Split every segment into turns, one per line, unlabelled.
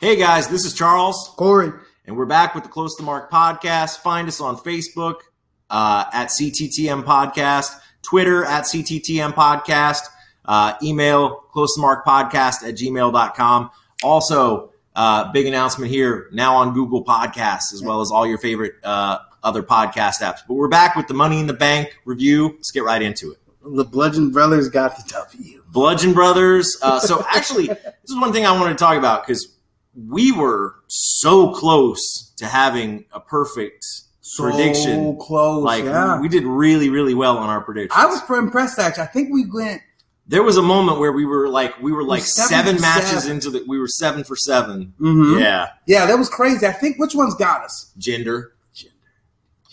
Hey guys, this is Charles,
Corey.
and we're back with the Close to Mark podcast. Find us on Facebook uh, at CTTM Podcast, Twitter at CTTM Podcast, uh, email close to mark podcast at gmail.com. Also, uh, big announcement here now on Google Podcasts as well as all your favorite uh, other podcast apps. But we're back with the Money in the Bank review. Let's get right into it.
The Bludgeon Brothers got the W.
Bludgeon Brothers. Uh, so actually, this is one thing I wanted to talk about because we were so close to having a perfect prediction.
So close.
Like
yeah.
we did really, really well on our predictions.
I was impressed actually. I think we went
there was a moment where we were like, we were like
seven
seven
for
matches
seven.
into the. We were seven for 7
Mhm.
Yeah,
Yeah, that was crazy. I think which one's got us?
gender.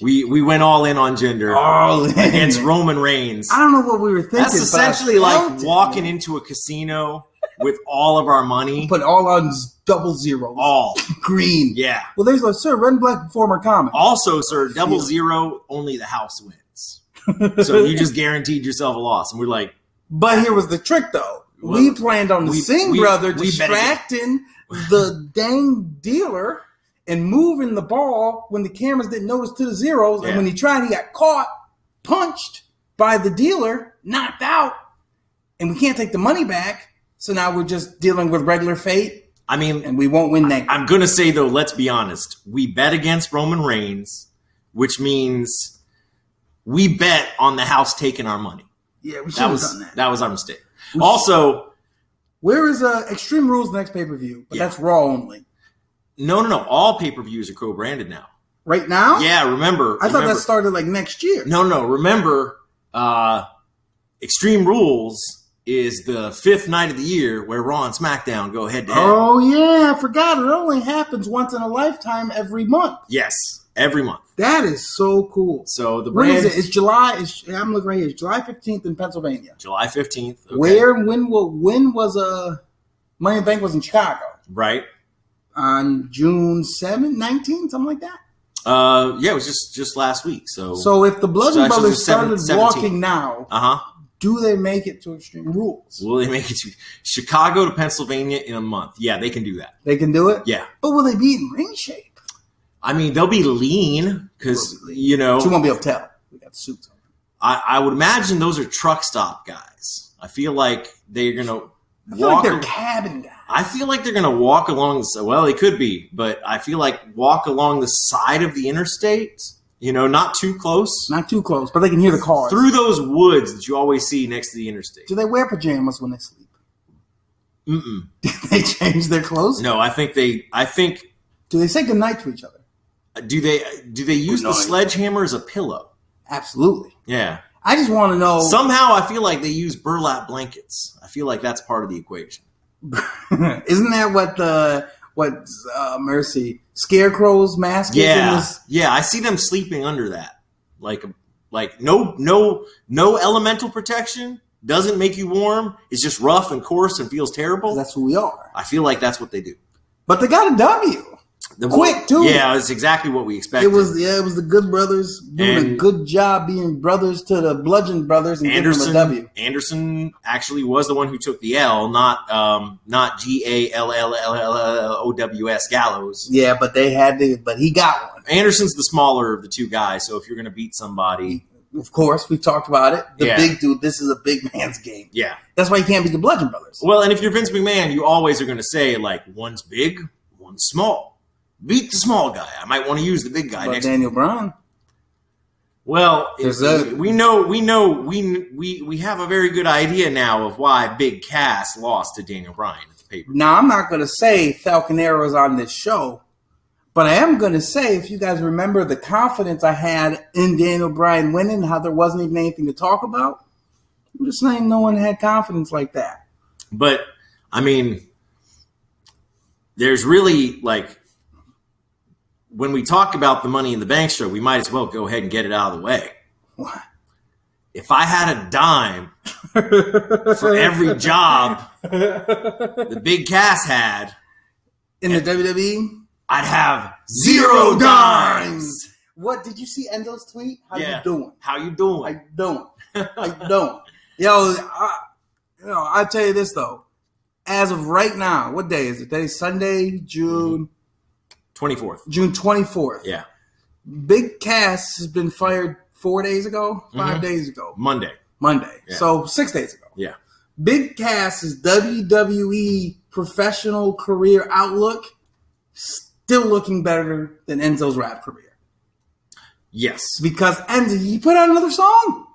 We we went all in on gender
All in.
against Roman Reigns.
I don't know what we were thinking.
That's
but I
essentially like
felt it,
walking
man.
into a casino with all of our money.
Put all on z- double zeros.
all
green.
yeah.
Well, there's like Sir Red and Black former comic.
Also, sir, double zero, only the house wins. So you just guaranteed yourself a loss. And we're like,
But here was the trick, though.
Well,
we planned on the
we-
Singh
we-
brother
we better get-
distracting the dang dealer and moving the ball when the cameras didn't notice to the zeros.
Yeah.
And when he tried, he got caught, punched by the dealer, knocked out, and we can't take the money back. So now we're just dealing with regular fate,
I mean,
and we won't win that.
I'm going to say, though, let's be honest. We bet against Roman Reigns, which means we bet on the house taking our money.
yeah, we should
That
have
was
done that.
that was our mistake. Also,
Where is uh, Extreme Rules next pay per view? But
Yeah.
that's Raw only.
no, no, no. All pay per views are co branded now.
Right now,
Yeah, remember.
I thought
remember-
that started like next year.
No, no. Remember, uh, Extreme Rules is the fifth night of the year where Raw and SmackDown go head to head.
Oh yeah, I forgot. It only happens once in a lifetime every month.
Yes, every month.
That is so cool.
So the
When
brand
is it? It's July. It's, I'm looking right here. It's July 15th in Pennsylvania.
July fifteenth.
Where? When? wa- When was uh, Money in the Bank was in Chicago
Right.
on June 7th, 19th, something like that.
Uh, yeah, it was just just last week. So.
So if the
So
Bludgeon
Oh. actually
Brothers
it's the seven-
started
17th.
walking now,
uh huh.
do they make it to Extreme Rules?
Will they make it to Chicago to Pennsylvania in a month? Yeah, they can do that.
They can do it.
Yeah.
But will they be in ring shape?
I mean, they'll be lean because
Probably.
you know
She won't be able to tell. We got suits on.
I, I would imagine those are truck stop guys. I feel like they're gonna
I feel
walk.
like they're cabin guys.
I feel like they're gonna walk along. The, s- well, they could be, but I feel like walk along the side of the interstate. You know, not too close
Not too close, but they can hear the cars.
through those woods that you always see next to the interstate.
Do they wear pajamas when they sleep?
Mm-mm.
Do they change their clothes?
No, I think they. I think
Do they say goodnight to each other?
do they do they use the
night.
sledgehammer as a pillow?
Absolutely.
Yeah.
I just want to know.
Somehow I feel like they use burlap blankets. I feel like that's part of the equation.
isn't that what the what uh, Mercy Scarecrow's mask? is in
Yeah,
this-
yeah. I see them sleeping under that. Like, like no, no, no elemental protection doesn't make you warm. It's just rough and coarse and feels terrible.
that's who we are.
I feel like that's what they do.
But they got a W.
The
Quick, too.
Yeah, it's exactly what we
It
expected.
was yeah, it was the Good Brothers doing a
And-
good job being brothers to the Bludgeon Brothers and
Anderson.
giving them a W.
Anderson actually was the one who took the L, not um, not G A L L L L L O W S Gallows.
Yeah, but they had to. But he got one.
Anderson's the smaller of the two guys, so if you're going to beat somebody,
Of course, we've talked about it. The
Yeah.
big dude. This is a big man's game.
yeah.
That's why he can't be the Bludgeon Brothers.
Well, and if you're Vince McMahon, you always are going to say like one's big, one's small. Beat the small guy. I might want to use the big guy
But
next.
Daniel Bryan.
well,
There's
if-
that.
we know, we know, we we we have a very good idea now of why Big Cass lost to Daniel Bryan at the paper.
Now, I'm not going to say Falconero's on this show, but I am going to say, if you guys remember the confidence I had in Daniel Bryan winning, how there wasn't even anything to talk about, I'm just saying no one had confidence like that.
But I mean, there's really like when we talk about the Money in the Bank show, we might as well go ahead and get it out of the way.
Why?
If I had a dime for every job the big Cass had,
In the E? WWE?
I'd have zero dimes.
What? Did you see Endo's tweet? How
Yeah.
you doing?
How you
I
doing?
don't. I don't. Yo, I, you know, I tell you this though. as of right now, what day is it? Today's Sunday, June
Twenty fourth.
June twenty fourth.
Yeah,
Big Cass has been fired four days ago, 5
Mhm.
days ago,
Monday.
Monday.
Yeah.
So six days ago.
Yeah.
Big Cass's WWE E professional career outlook still looking better than Enzo's rap career
Yes.
because Enzo he put out another song.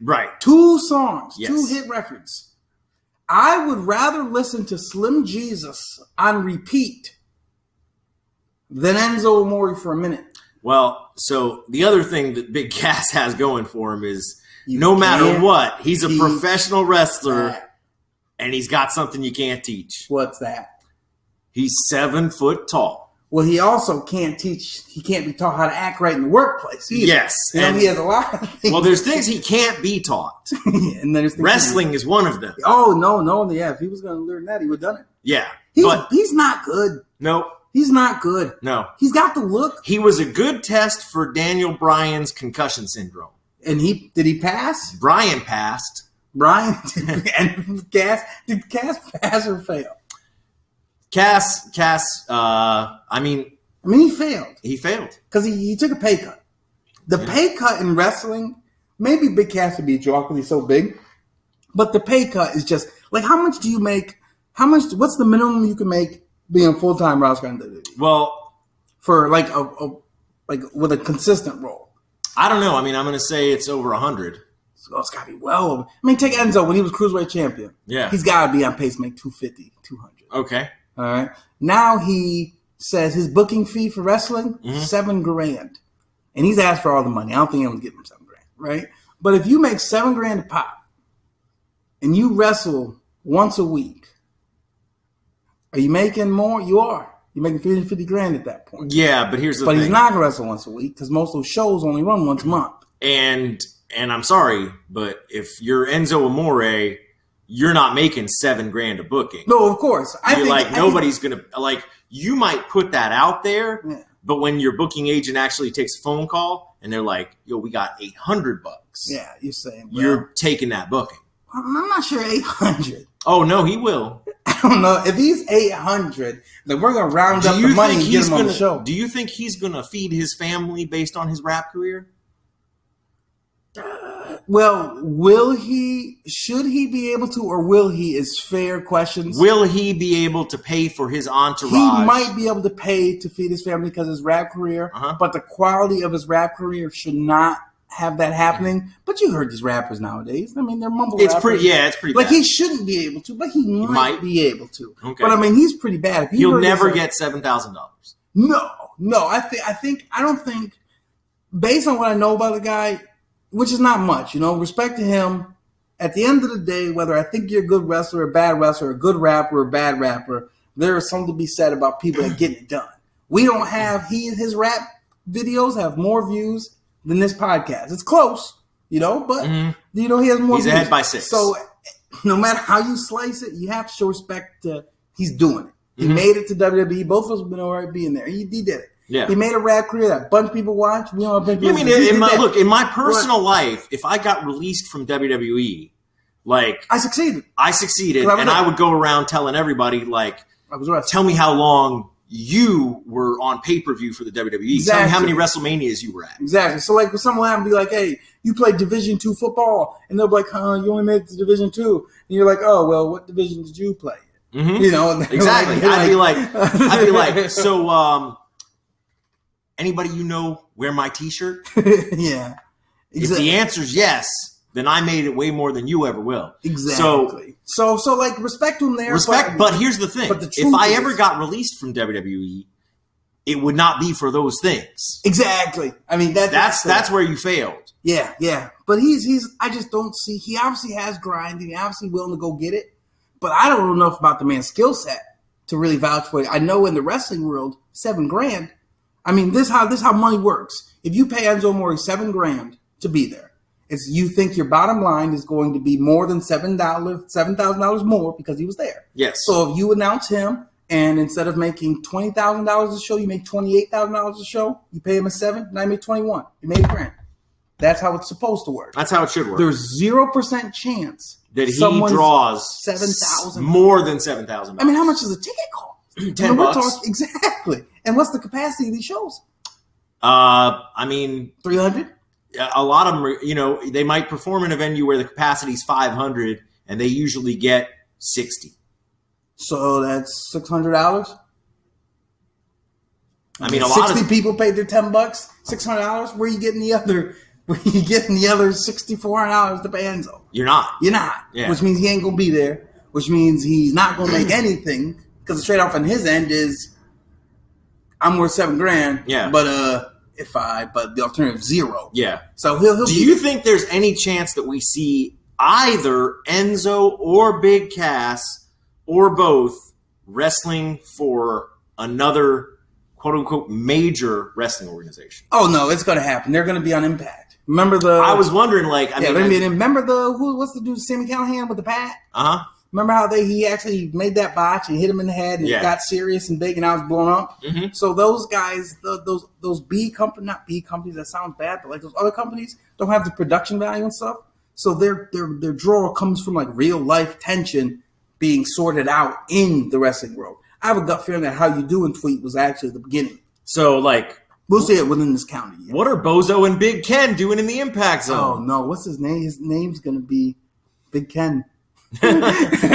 Right.
Two songs,
Yes.
two hit records. I would rather listen to Slim Jesus on repeat than Enzo Amore for a minute.
Well, so the other thing that Big Cass has going for him is
You
no matter
can't
what, he's a
teach
professional wrestler
that.
and he's got something you can't teach.
What's that?
He's seven foot tall.
Well, he also can't teach. He can't be taught how to act right in the workplace. Either.
Yes.
you know,
and-
he has a lot. Of things.
well, there's things he can't be taught.
and there's things-
Wrestling is one of them.
Oh no, no, yeah. If he was going to learn that, he would have done it.
Yeah.
He's,
But
he's not good.
no,
He's not good.
no.
He's got the look,
He was a good test for Daniel Bryan's concussion syndrome.
and he did he pass?
Bryan passed.
Brian did, and Cass did Cass pass or fail?
Cass, Cass, uh, I mean,
I mean, he failed
he failed.
because he, he took a pay cut. The
Yeah.
pay cut in wrestling, maybe Big Cass would be a draw because he's so big, but the pay cut is just like how much do you make? How much? What's the minimum you can make being a full time roster on WWE
Well,
for like a, a like with a consistent role?
I don't know. I mean, I'm going to say it's over 100.
So it's got to be well. Over. I mean, take Enzo when he was cruiserweight champion.
Yeah.
He's got to be on pace to make 250, 200.
okay.
All right. Now he says his booking fee for wrestling
Mhm.
seven grand, and he's asked for all the money. I don't think anyone's giving him seven grand, right? But if you make seven grand a pop, and you wrestle once a week, are you making more? You are. You're making three hundred fifty grand at that point.
Yeah, but here's the
But
thing.
he's not gonna wrestle once a week because most of those shows only run once a month.
and and I'm sorry, but if you're Enzo Amore, you're not making seven grand a booking.
No, of course. I
you're
think
like
I think-
nobody's gonna like. You might put that out there,
Yeah.
but when your booking agent actually takes a phone call and they're like, "Yo, we got eight hundred bucks,"
yeah, you're saying well,
you're taking that booking.
I'm not sure eight hundred.
Oh no, he will.
I don't know if he's eight hundred. Then we're gonna round up
Do
the
you
money
think
and get
he's
him on the show.
gonna? Do you think he's gonna feed his family based on his rap career?
Well, will he? Should he be able to, or will he? Is fair questions.
Will he be able to pay for his entourage?
he might be able to pay to feed his family because his rap career,
Uh-huh.
but the quality of his rap career should not have that happening. But you heard these rappers nowadays. I mean, they're mumble.
Mm-hmm. It's
rappers.
pretty. Yeah, it's pretty.
Like
bad.
he shouldn't be able to, but he might,
might.
be able to.
Okay.
But I mean, he's pretty bad. If you
You'll
heard his- uh,
never get seven thousand dollars.
No, no. I think I think I don't think based on what I know about the guy, which is not much, you know, respect to him. At the end of the day, whether I think you're a good wrestler, a bad wrestler, a good rapper, a bad rapper, there is something to be said about people that get it done. We don't have he his rap videos have more views than this podcast. It's close, you know, but
Mhm.
you know he has more.
He's
views.
ahead by six.
So no matter how you slice it, you have to show respect to he's doing it. He
Mhm.
made it to WWE. Both of us have been all right being there. He, he did it.
Yeah.
He made a rap career that a bunch of people watch. We don't have a bunch of
I
people.
mean,
he
in
did
my,
that.
look, in my personal life, if I got released from WWE, like
I succeeded.
I succeeded,
Cause I was
and
like-
I would go around telling everybody, like,
I was wrestling.
tell me how long you were on pay per view for the WWE. Tell me how many WrestleManias you were at.
Exactly. So like, when someone will be like, "Hey, you played Division Two football," and they'll be like, "Huh, you only made it to Division Two. and you're like, "Oh, well, what division did you play?"
Mhm.
You know, and they're
Exactly.
they're
I'd be like, I'd be like, so, um, anybody you know wear my T-shirt?
yeah,
If the
exactly.
answer's yes, then I made it way more than you ever will.
exactly. So, so, like, respect him there.
respect. But here's the thing:
but the
if
truth
I
is-
ever got released from WWE, it would not be for those things.
exactly. I mean, that,
That's that's where you failed.
Yeah, yeah. But he's he's I just don't see he obviously has grind and he obviously willing to go get it. But I don't know enough about the man's skill set to really vouch for it. I know in the wrestling world, seven grand. I mean this how this how money works. If you pay Enzo Mori seven grand to be there, it's you think your bottom line is going to be more than seven dollars seven thousand dollars more because he was there.
Yes.
So if you announce him and instead of making twenty thousand dollars a show, you make twenty eight thousand dollars a show, you pay him a seven, now you make twenty one. You made a grand. That's how it's supposed to work.
That's how it should work.
There's zero percent chance
that he
someone's-
draws
seven thousand.
more than seven thousand.
I mean, how much does a ticket cost?
Ten
And we're
bucks.
talk- exactly. And what's the capacity of these shows?
uh, I mean,
Three hundred.
a lot of them, are, you know, they might perform in a venue where the capacity is five hundred, and they usually get sixty.
So that's six hundred dollars.
I mean, a lot
sixty
of
people paid their ten bucks. Six hundred dollars. Where you getting the other? Where you getting the other sixty four hundred dollars to pay Enzo?
you're not.
You're not.
Yeah.
Which means he ain't gonna be there. Which means he's not gonna make anything. Because the trade off on his end is, I'm worth seven grand.
Yeah.
But uh, if I but the alternative zero.
Yeah.
So he'll he'll
Do
be
you think there's any chance that we see either Enzo or Big Cass or both wrestling for another quote unquote major wrestling organization?
Oh no, it's gonna happen. They're gonna be on Impact. Remember the
I was wondering, like, I
yeah.
mean,
I mean, remember the who? What's the dude? Sammy Callahan with the pat.
uh huh.
Remember how they he actually made that botch and hit him in the head and
Yeah.
it got serious and big and I was blown up.
Mhm.
So those guys, tho- those those B company, not B companies, that sounds bad, but like those other companies don't have the production value and stuff. So their their their draw comes from like real life tension being sorted out in the wrestling world. I have a gut feeling that how you doing tweet was actually the beginning.
So, like,
We'll see it within this county. yeah.
what are Bozo and Big Ken doing in the Impact
Oh
Zone?
no, what's his name? His name's gonna be Big Ken. Oh,
don't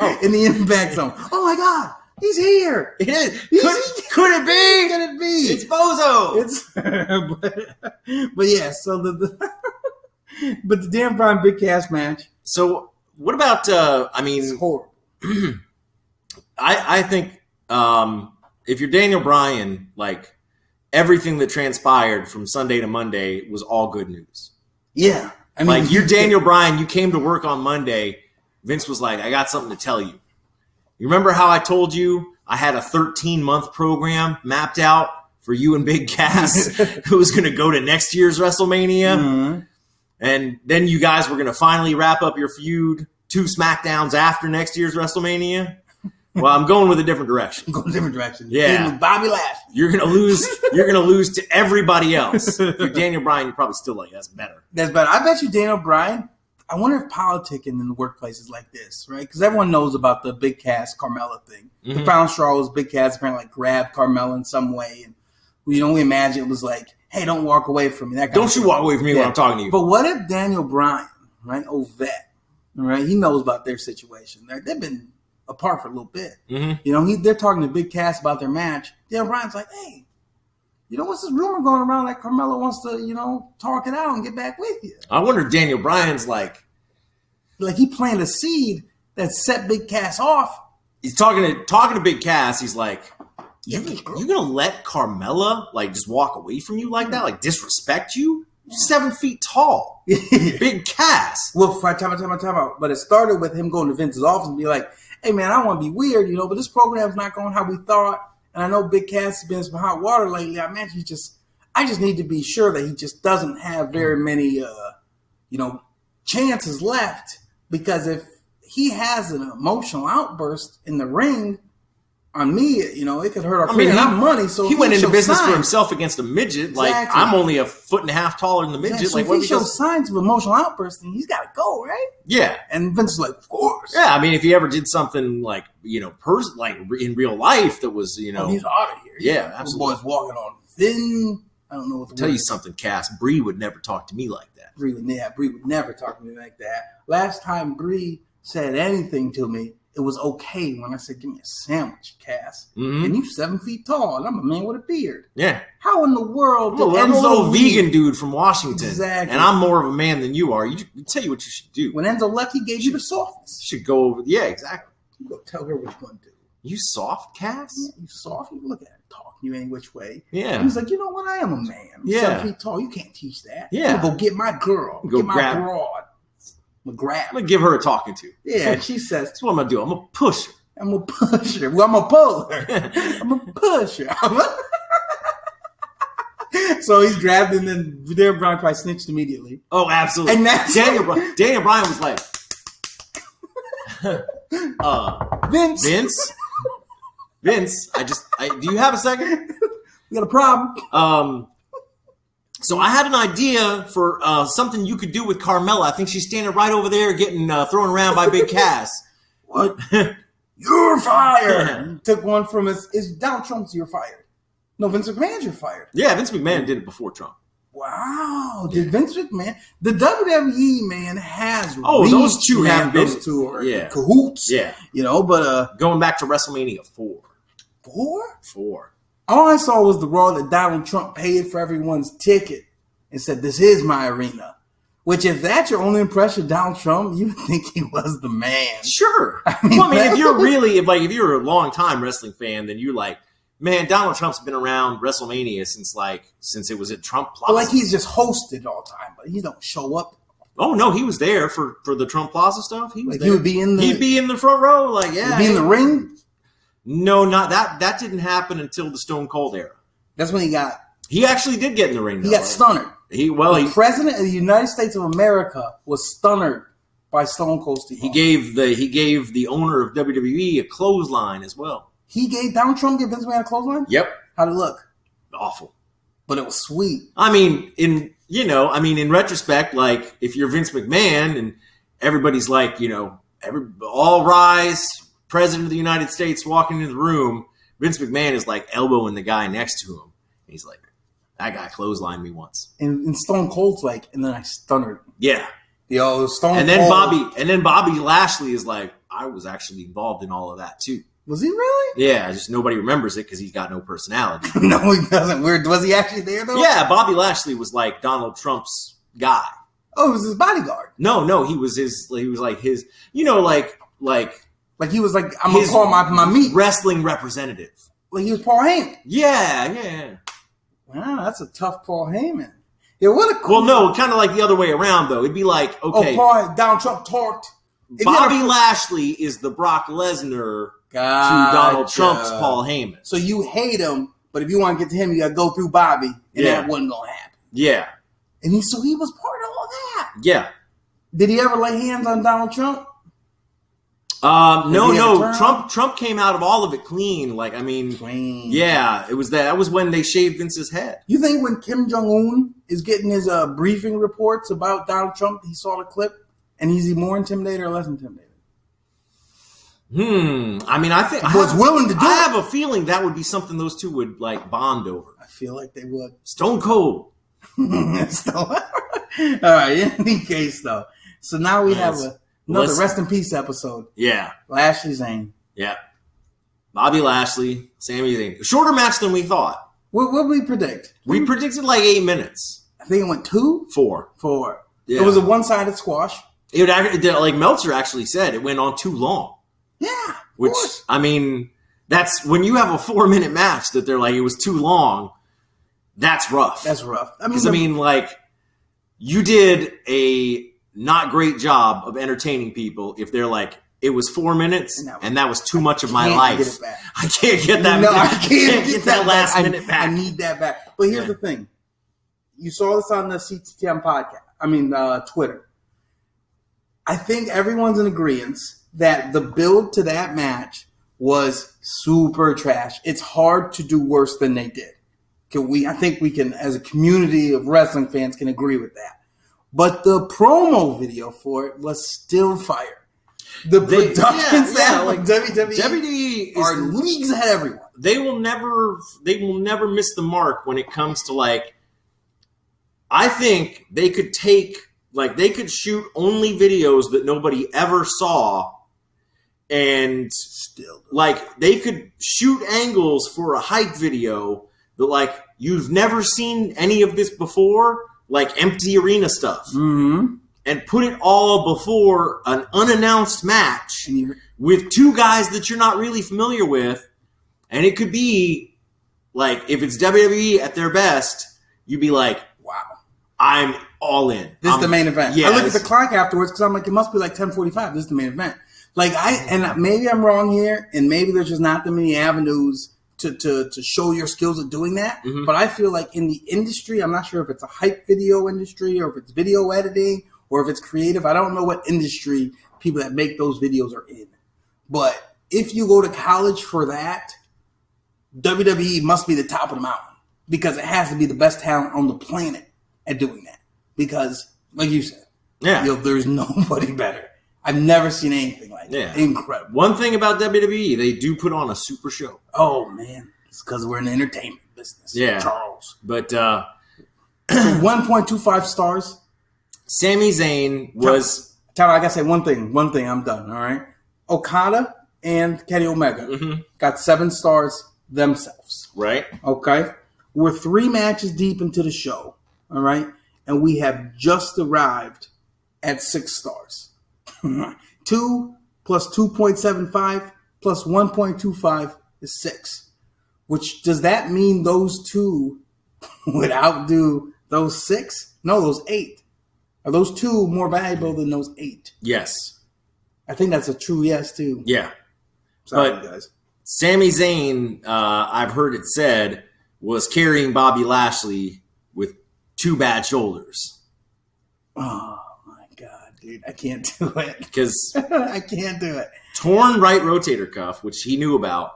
know.
In the impact zone. Oh my god, he's here.
It is. Could, could it be?
Who's gonna be?
It's Bozo.
It's- but, but yeah, so the, the but the Dan Bryan Big Cass match
so, what about? uh I mean,
is horrible.
I, I think um, if you're Daniel Bryan, like everything that transpired from Sunday to Monday was all good news.
Yeah, I mean,
like you're Daniel Bryan, you came to work on Monday. Vince was like, "I got something to tell you." You remember how I told you I had a 13 month program mapped out for you and Big Cass, who was going to go to next year's WrestleMania?
Mhm.
And then you guys were going to finally wrap up your feud two SmackDowns after next year's WrestleMania. Well, I'm going with a different direction.
go a different direction.
Yeah.
Even with Bobby Lashley.
You're gonna lose. You're gonna lose to everybody else. If you're Daniel Bryan, you're probably still like that's better.
That's better. I bet you Daniel Bryan. I wonder if politicking in the workplace is like this, right? Because everyone knows about the Big Cass Carmella thing. The
Mhm.
final straw was Big Cass apparently like grabbed Carmella in some way, and you know we imagine it was like, "Hey, don't walk away from me." That kind
Don't
of
you
thing.
walk away from me when
Yeah.
I'm talking to you.
But what if Daniel Bryan, right? Oh, vet, right? He knows about their situation. They're, they've been apart for a little bit.
Mhm.
You know, he they're talking to Big Cass about their match. Daniel Bryan's like, "Hey, you know what's this rumor going around that Carmella wants to, you know, talk it out and get back with you?"
I wonder if Daniel Bryan's like
like he planted a seed that set Big Cass off.
he's talking to talking to Big Cass. He's like,
Yeah,
you, you gonna let Carmella like just walk away from you like that? Like disrespect you? She's Seven feet tall, Big Cass.
well, for time, out, time, out, time out. But it started with him going to Vince's office and be like, "Hey, man, I want to be weird, you know, but this program's not going how we thought." And I know Big Cass has been in some hot water lately. I imagine he just, I just need to be sure that he just doesn't have very many, uh, you know, chances left because if he has an emotional outburst in the ring on me, you know, it could hurt our
I mean,
career and
he-
our money. So
He
if
went into
shows
business for
signs-
himself against a midget. Like
Exactly.
I'm only a foot and a half taller than the midget.
Yeah, so
like
if
what
he
if he
shows
does-
signs of emotional outburst, then he's got to go, right?
Yeah,
And Vince is like, of course.
yeah. I mean, if he ever did something like you know, pers- like re- in real life, that was you know,
Oh, he's out of here.
Yeah,
Those
absolutely.
boy's walking on thin. I don't know what the
tell
word
you
is.
something, Cass. Bree would never talk to me like that.
Bree would, yeah, Bree would never talk to me like that. Last time Bree said anything to me, it was okay when I said, give me a sandwich, Cass.
Mhm.
And you seven feet tall, and I'm a man with a beard.
Yeah,
How in the world
I'm a,
did
I'm a
Enzo
little
Lee-
vegan dude from Washington,
Exactly.
and I'm more of a man than you are. You, you tell you what you should do.
When Enzo left, he gave you the softness.
you should go over. Yeah, exactly.
You go tell her which one, dude.
You soft,
Yeah,
Cass.
you soft. You look at it talking. You ain't which way.
Yeah,
He's like, you know what? I am a man. I'm
Yeah.
Seven feet tall. You can't teach that.
Yeah.
I'm gonna go get my girl.
Go
get my
grab-
broad. I'm
I'm
gonna grab. her.
gonna give her a talking to.
Yeah. and she says,
That's what I'm gonna do. I'm gonna push her.
I'm gonna push her. Well, I'm gonna pull her. I'm gonna push her. so he's grabbed and then there Brown probably snitched immediately.
oh, absolutely.
And that's-
Daniel. Bry- Daniel Bryan was like, uh,
Vince,
Vince. Vince, I just. I, do you have a second?
you got a problem?
Um, So I had an idea for uh, something you could do with Carmella. I think she's standing right over there getting uh, thrown around by Big Cass.
What? you're fired. Took one from us. It's Donald Trump's. You're fired. No, Vince McMahon's. You're fired.
Yeah, Vince McMahon did it before Trump.
Wow. Did Vince McMahon? The WWE man has.
Oh, those
reached,
two
man.
have been-
those two are
yeah.
cahoots.
Yeah.
You know, but uh,
Going back to WrestleMania 4.
four.
4.
All I saw was the Raw that Donald Trump paid for everyone's ticket and said, This is my arena. Which, if that's your only impression of Donald Trump, you would think he was the man.
Sure.
I mean,
well, I mean,
that-
if you're really, if like, if you're a long time wrestling fan, then you're like, man, Donald Trump's been around WrestleMania since like, since it was at Trump Plaza.
But Oh, like, he's just hosted all the time, but he don't show up.
oh no, he was there for for the Trump Plaza stuff. He was
Like,
there.
he would be in the,
He'd be in the front row, like yeah.
be in the ring.
no, not that. That didn't happen until the Stone Cold era.
That's when he got
He actually did get in the ring.
he
though,
got
right?
stunnered.
He well,
The
he,
president of the United States of America was stunnered by Stone Cold Steve.
he
Austin.
gave the he gave the owner of WWE a clothesline as well.
he gave Donald Trump gave Vince McMahon a clothesline.
Yep,
How'd it look?
awful.
But it was sweet.
I mean, in you know, I mean, in retrospect, like if you're Vince McMahon and everybody's like, you know, every, all rise, President of the United States walking into the room, Vince McMahon is like elbowing the guy next to him. And he's like, that guy clotheslined me once.
And, and Stone Cold's like, and then I stunnered. him.
Yeah,
Yo, Stone
and then
Cold-
Bobby, and then Bobby Lashley is like, I was actually involved in all of that too.
Was he really?
Yeah, just nobody remembers it because he's got no personality.
no, he doesn't. Where was he actually there though?
yeah, Bobby Lashley was like Donald Trump's guy.
Oh, it was his bodyguard.
No, no, he was his. He was like his. You know, like like
Like he was like, I'm
His-
gonna call my my meat.
wrestling representative.
Like he was Paul Heyman.
Yeah, yeah.
Wow, that's a tough Paul Heyman. Yeah, what a cool.
Well, no, kind of like the other way around though. It'd be like okay,
Oh, Paul Donald Trump talked. If you had a-
Bobby Lashley is the Brock Lesnar to
Ah, Gotcha.
Donald Trump's Paul Heyman.
So you hate him, but if you want to get to him, you got to go through Bobby, and
Yeah.
that wasn't gonna happen.
Yeah,
And he, so he was part of all that.
yeah.
Did he ever lay hands on Donald Trump?
Um,
Did
no,
he have a
no.
turn?
Trump Trump came out of all of it clean. Like I mean, yeah, it was that. That was when they shaved Vince's head.
You think when Kim Jong Un is getting his uh, briefing reports about Donald Trump, he saw the clip, and is he more intimidated or less intimidated?
Hmm. I mean, I think I
Was
have-
willing to do
I
it.
have a feeling that would be something those two would like bond over.
I feel like they would.
Stone Cold.
so, all right. In any case, though, so now we have
Yes.
a, another
Let's-
rest in peace episode.
Yeah,
Lashley Zane.
yeah. Bobby Lashley, Sami Zayn. Shorter match than we thought.
What what we predict?
We predicted like eight minutes.
I think it went two,
Four.
four.
Yeah.
It was a one sided squash.
It would act- it did- like Meltzer actually said it went on too long.
Yeah, of
Which
course.
I mean, that's when you have a four minute match that they're like it was too long. That's rough.
that's rough. I mean,
Because I mean, like, you did a not great job of entertaining people if they're like, it was four minutes
No.
and that was too much of
I
my
can't
life.
get it back.
I can't get that.
no,
back.
I can't, get, that,
last
back. I-
minute back.
I need that back. But here's
Yeah.
the thing: you saw this on the CTTM podcast. I mean, uh, Twitter. I think everyone's in agreement that the build to that match was super trash. It's hard to do worse than they did. Can we? I think we can, as a community of wrestling fans, can agree with that. But the promo video for it was still fire. The
They-
production
yeah, yeah,
staff
like,
like WWE,
WWE
E are
is
leagues ahead of everyone.
they will never they will never miss the mark when it comes to like I think they could take like they could shoot only videos that nobody ever saw and
Still,
like they could shoot angles for a hype video that like you've never seen any of this before like empty arena stuff
mm-hmm.
and put it all before an unannounced match
and you're
with two guys that you're not really familiar with, and it could be like if it's WWE at their best, you'd be like,
wow.
I'm all in.
This
I'm-
is the main event.
Um, yeah,
I look at
this-
the clock afterwards because I'm like, it must be like 10:45. This is the main event. Like I and maybe I'm wrong here, and maybe there's just not that many avenues to to to show your skills at doing that.
Mhm.
But I feel like in the industry, I'm not sure if it's a hype video industry or if it's video editing or if it's creative. I don't know what industry people that make those videos are in. But if you go to college for that, E WWE must be the top of the mountain because it has to be the best talent on the planet at doing that because, like you said,
Yeah.
you know, there's nobody better. I've never seen anything like
Yeah.
that. Incredible.
One thing about WWE, they do put on a super show.
Oh man, it's because we're in the entertainment business.
Yeah.
Charles.
But uh,
One point two five stars.
Sami Zayn was
Tyler, I gotta say one thing. One thing. I'm done. All right. Okada and Kenny Omega
Mhm.
got seven stars themselves.
right.
Okay. We're three matches deep into the show. All right. And we have just arrived at six stars. two plus 2.75 plus 1.25 is six. Which does that mean those two would outdo those six? No, those eight. Are those two more valuable than those eight?
Yes.
I think that's a true yes, too.
Yeah.
Sorry,
but-
guys.
Sami Zayn, uh, I've heard it said, was carrying Bobby Lashley with two bad shoulders
Oh, my God, dude. I can't do it.
because
I can't do it.
torn right rotator cuff, which he knew about,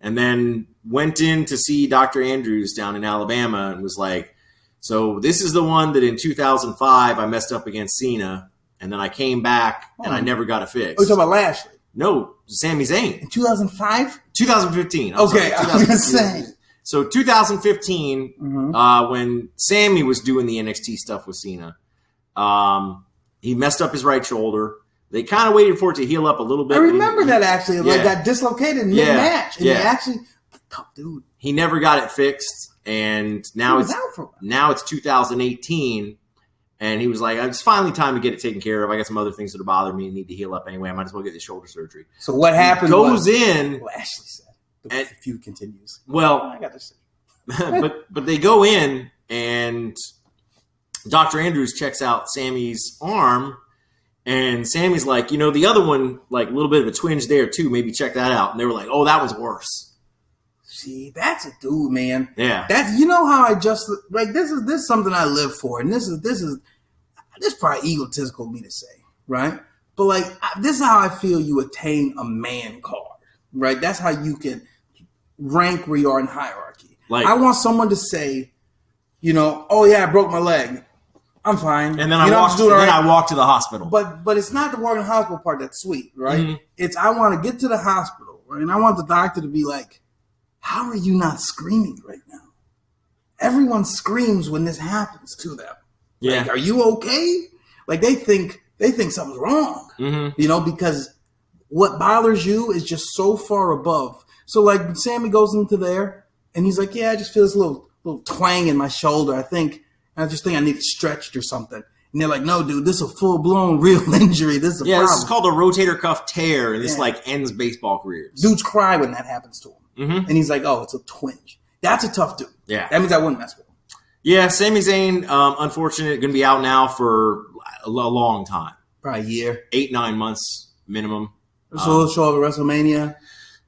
and then went in to see Dr. Andrews down in Alabama and was like, "So this is the one that in 2005 I messed up against Cena, and then I came back and I
Oh.
never got it fixed."
Oh, you talking about Lashley
no, Sami Zayn,
in 2005?
2015. I'm
Okay,
sorry,
I was gonna
2015.
say.
So 2015,
Mhm.
uh, when Sammy was doing the NXT stuff with Cena. Um, he messed up his right shoulder. They kind of waited for it to heal up a little bit.
I remember that actually, like
Yeah.
that dislocated
Yeah.
mid match, and
Yeah.
he actually, oh, dude,
He never got it fixed, and
he
now
was
it's
out for a while.
now it's 2018, and he was like, "It's finally time to get it taken care of. I got some other things that are bothering me and need to heal up anyway. I might as well get the shoulder surgery."
So what happened?
Goes
was,
in
Well, Ashley said the
And-
feud continues. Oh,
well.
I got this.
but but they go in and Dr. Andrews checks out Sammy's arm and Sammy's like, you know, the other one, like a little bit of a twinge there too, maybe check that out. And they were like, Oh, that was worse.
See, that's a dude, man.
Yeah.
That's you know how I just like this is this is something I live for, and this is this is this is probably egotistical of me to say, right? But like I, this is how I feel you attain a man card, right? That's how you can rank where you are in hierarchy.
Like-
I want someone to say, you know, oh yeah, I broke my leg, I'm fine,
And then I
you know, I'm
walked
doing
then
all right.
I walked to the hospital.
But but it's not the working hospital part that's sweet, right?
Mhm.
It's I want to get to the hospital, right? And I want the doctor to be like, "How are you not screaming right now? Everyone screams when this happens to them.
yeah.
Like, are you okay? Like they think they think something's wrong,
hmm
you know, because what bothers you is just so far above. So like Sammy goes into there and he's like, "Yeah, I just feel this little little twang in my shoulder. I think I just think I need it stretched or something." And they're like, "No, dude, this is a full blown real injury. This is a
Yeah, this
problem."
is called a rotator cuff tear, and this
Yeah.
like ends baseball careers.
Dudes cry when that happens to him,
hmm
and he's like, "Oh, it's a twinge. That's a tough dude.
Yeah.
That means I wouldn't mess with him."
Yeah, Sami Zayn, um, unfortunate, gonna be out now for a lo- long time.
Probably a year.
Eight, nine months minimum. Um,
So he'll show up at WrestleMania.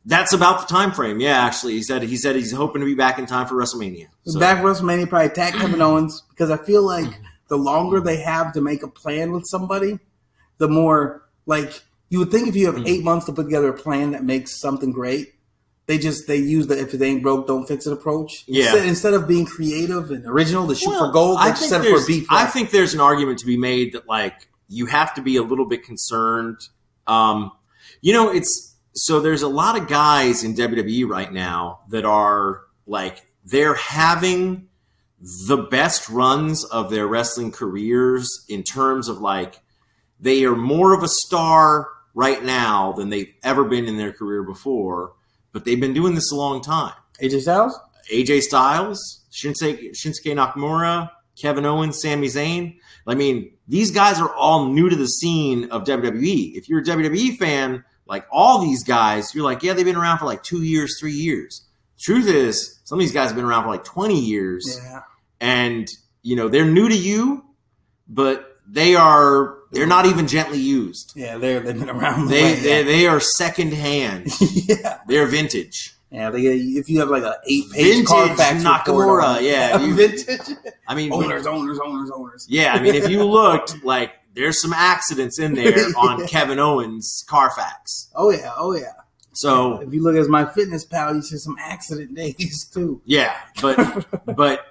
That's about the time frame. Yeah, actually, he said he said he's hoping to be back in time for WrestleMania. So,
Back WrestleMania probably attack Kevin Owens because I feel like the longer they have to make a plan with somebody, the more like you would think if you have
Hmm.
eight months to put together a plan that makes something great, they just they use the if it ain't broke, don't fix it approach.
Yeah.
Instead, instead of being creative and original to shoot
Well,
for gold,
I
they just
think
set it for a
there's-
B
I
plan.
think there's an argument to be made that like you have to be a little bit concerned. Um, you know, it's so there's a lot of guys in WWE right now that are like they're having the best runs of their wrestling careers in terms of like they are more of a star right now than they've ever been in their career before, but they've been doing this a long time.
AJ Styles,
AJ Styles, Shinsuke, Shinsuke Nakamura, Kevin Owens, Sami Zayn. I mean, these guys are all new to the scene of WWE. If you're a WWE fan, like all these guys, you're like, yeah, they've been around for like two years, three years. Truth is, some of these guys have been around for like 20 years,
yeah,
and you know they're new to you, but they are they're not even gently used.
yeah, they they've been around.
They
the
they,
way,
they are secondhand.
yeah. yeah,
They're vintage.
yeah. They, if you have like a eight page
Vintage
Carfax report
Nakamura,
on-
yeah, you-
vintage
I mean,
owners, owners, owners, owners.
Yeah, I mean, if you looked, like, there's some accidents in there on Kevin Owens' Carfax.
Oh yeah, oh yeah.
So
If you look at my fitness pal, you see some accident days too.
yeah, but but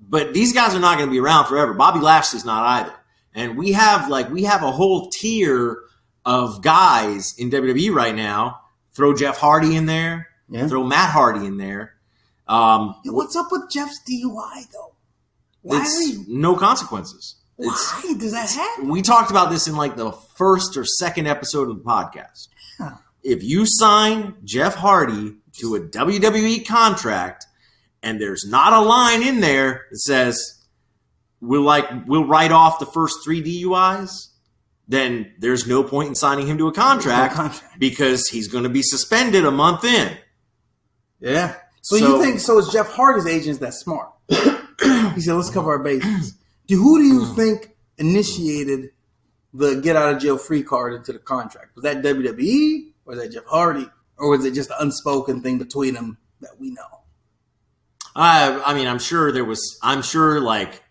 but these guys are not going to be around forever. Bobby Lashley's not either. And we have like we have a whole tier of guys in WWE right now. Throw Jeff Hardy in there.
Yeah.
Throw Matt Hardy in there. Um,
Yo, What's up with Jeff's DUI though? Why,
it's
we-
no consequences. It's
why does that happen?
we talked about this in like the first or second episode of the podcast.
Yeah.
If you sign Jeff Hardy to a WWE contract and there's not a line in there that says we'll like we'll write off the first 3 DUIs, then there's no point in signing him to a contract
Contract.
because he's going to be suspended a month in.
Yeah. So,
So-
you think so? It's Jeff Hardy's agents that's smart. he said, "Let's cover our bases." Do, who do you think initiated the get out of jail free card into the contract? Was that WWE or was that Jeff Hardy or was it just an unspoken thing between them that we know?
Uh, I I mean, I'm sure there was. I'm sure like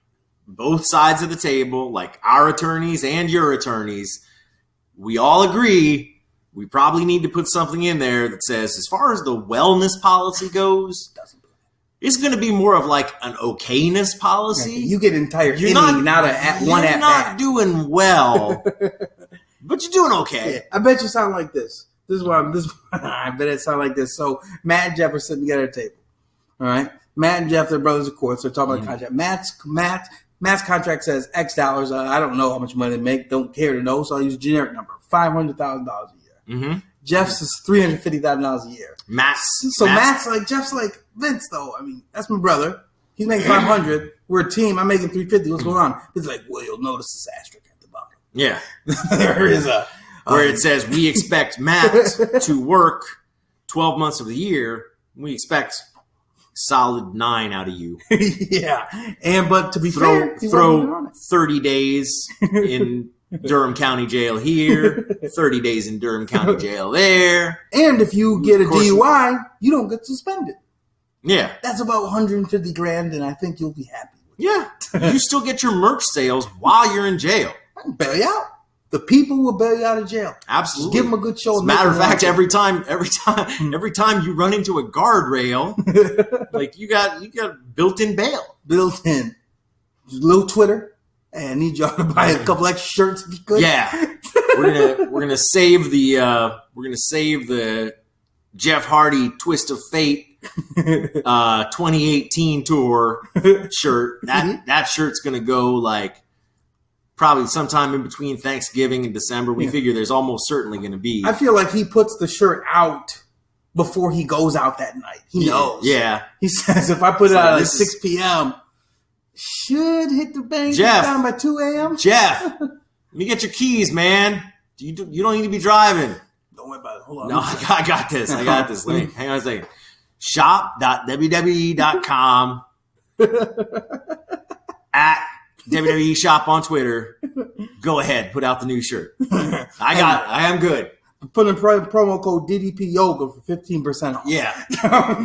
both sides of the table, like our attorneys and your attorneys, we all agree we probably need to put something in there that says, as far as the wellness policy goes,
Doesn't
it's going to be more of like an okayness policy.
you get entire
You're
inning,
not-
not, a at one
You're
at
not
bat.
doing well, but you're doing okay.
Yeah, I bet you sound like this. This is why I'm, this. I bet it sound like this. So Matt and Jeff are sitting together at a table. All right, Matt and Jeff, they're brothers of course. They're talking about
Mhm.
the contract. Matt's Matt Matt's contract says X dollars. I I don't know how much money they make. Don't care to know. So I use a generic number: five hundred thousand dollars a year.
Mm-hmm.
Jeff's is three hundred fifty thousand dollars a year.
Matt's,
So Matt's like Jeff's like Vince though. I mean, that's my brother. He's making five hundred. We're a team. I'm making three fifty. What's going on? He's like, well, you'll notice this asterisk at the bottom.
yeah,
there is a
where
Um,
it says we expect Matt to work 12 months of the year. We expect solid nine out of you.
yeah, and but to be
Throw
fair, he wasn't on
throw
it.
30 days in Durham County Jail here, 30 days in Durham County Jail there.
And if you get a
Of course he-
DUI, you don't get suspended.
Yeah.
That's about 150 grand, and I think you'll be happy. with
Yeah. You still get your merch sales while you're in jail.
it. I can bail you out. The people will bail you out of jail. Just
Absolutely.
give them a good show.
As a
and
matter
make
of fact,
them
every time, every time, every time you run into a guardrail, like you got, you got built-in bail.
built in Just a little Twitter. Hey, I need y'all to buy a couple extra shirts if you could.
Yeah, we're gonna we're gonna save the uh, we're gonna save the Jeff Hardy Twist of Fate uh, 2018 tour shirt. That that shirt's gonna go like probably sometime in between Thanksgiving and December. We
Yeah.
figure there's almost certainly gonna be.
I feel like he puts the shirt out before he goes out that night. He knows.
Yeah,
He says, if I put it
So
out at
this is-
6 p.m., should hit the bank
Jeff.
down by 2 a.m.
Jeff, let me get your keys, man. You do, you don't need to be driving.
Don't worry about it. Hold on.
No, I got, I got this. I got this. Let me, hang on a second. E Shop.wwe.com at WWE Shop on Twitter. Go ahead, put out the new shirt. I got it. I am good.
Put in pro- promo code DDP Yoga for 15% off.
Yeah.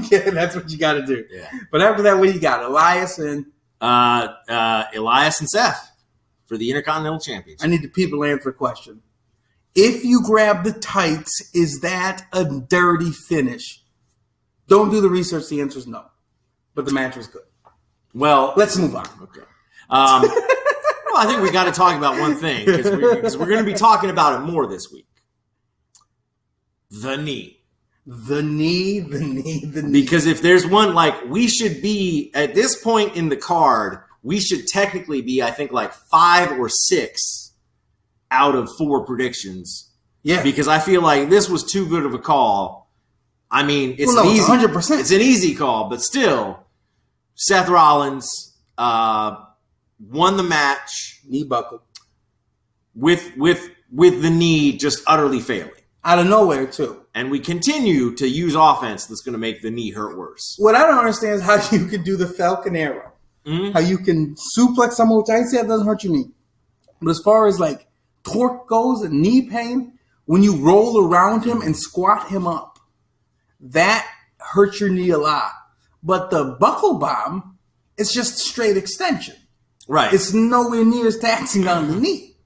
okay, that's what you got to do.
Yeah.
But after that, what do you got? Elias and
Uh, uh, Elias and Seth for the Intercontinental
I
Championship.
need the people to answer a question. If you grab the tights, is that a dirty finish? Don't do the research. The answer is no. But the match was good.
Well,
Let's move on.
Okay. Um, well, I think we got to talk about one thing because we're, going to be talking about it more this week. The knee.
The knee, the knee, the knee.
Because if there's one, like, we should be at this point in the card, we should technically be, I think, like five or six out of four predictions
Yeah.
because I feel like this was too good of a call. I mean, it's
Well, no,
an
it's
easy,
100%.
It's an easy call, but still, Seth Rollins uh, won the match
knee buckle.
with with with the knee just utterly failing.
Out of nowhere, too.
And we continue to use offense that's going to make the knee hurt worse.
What I don't understand is how you can do the Falcon arrow.
Mhm.
how you can suplex someone, which I say that doesn't hurt your knee. But as far as like torque goes and knee pain, when you roll around him and squat him up, that hurts your knee a lot. But the buckle bomb, it's just straight extension.
Right.
It's nowhere near as taxing on the knee.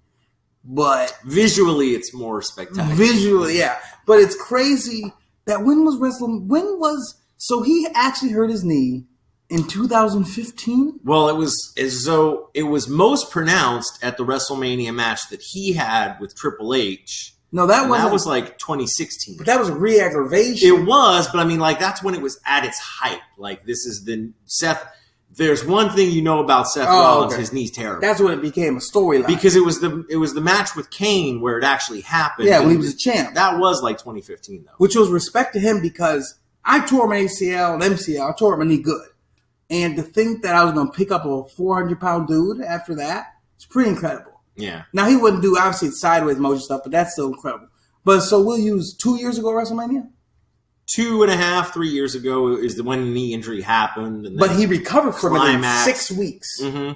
But
Visually, it's more spectacular.
Mm-hmm. visually, yeah. But it's crazy that when was wrestling? When was so he actually hurt his knee in 2015?
Well, it was as though it was most pronounced at the WrestleMania match that he had with Triple H.
No, that
And
wasn't.
that was like 2016.
but that was a reaggravation.
It was, but I mean, like that's when it was at its height. Like this is the Seth. There's one thing you know about Seth
Oh,
Rollins:
okay.
his knee's terrible.
That's when it became a storyline.
because it was the it was the match with Kane where it actually happened.
yeah, when he
And
was a champ.
that was like 2015 though.
which was respect to him because I tore my ACL and MCL. I tore my knee good. And to think that I was going to pick up a 400 pound dude after that, it's pretty incredible.
Yeah,
Now, he wouldn't do obviously sideways motion stuff, but that's still incredible. But so we'll use two years ago WrestleMania,
two and a half, three years ago is the when the knee injury happened. And
but he recovered from
Climax. Mm-hmm.
it in six weeks.
hmm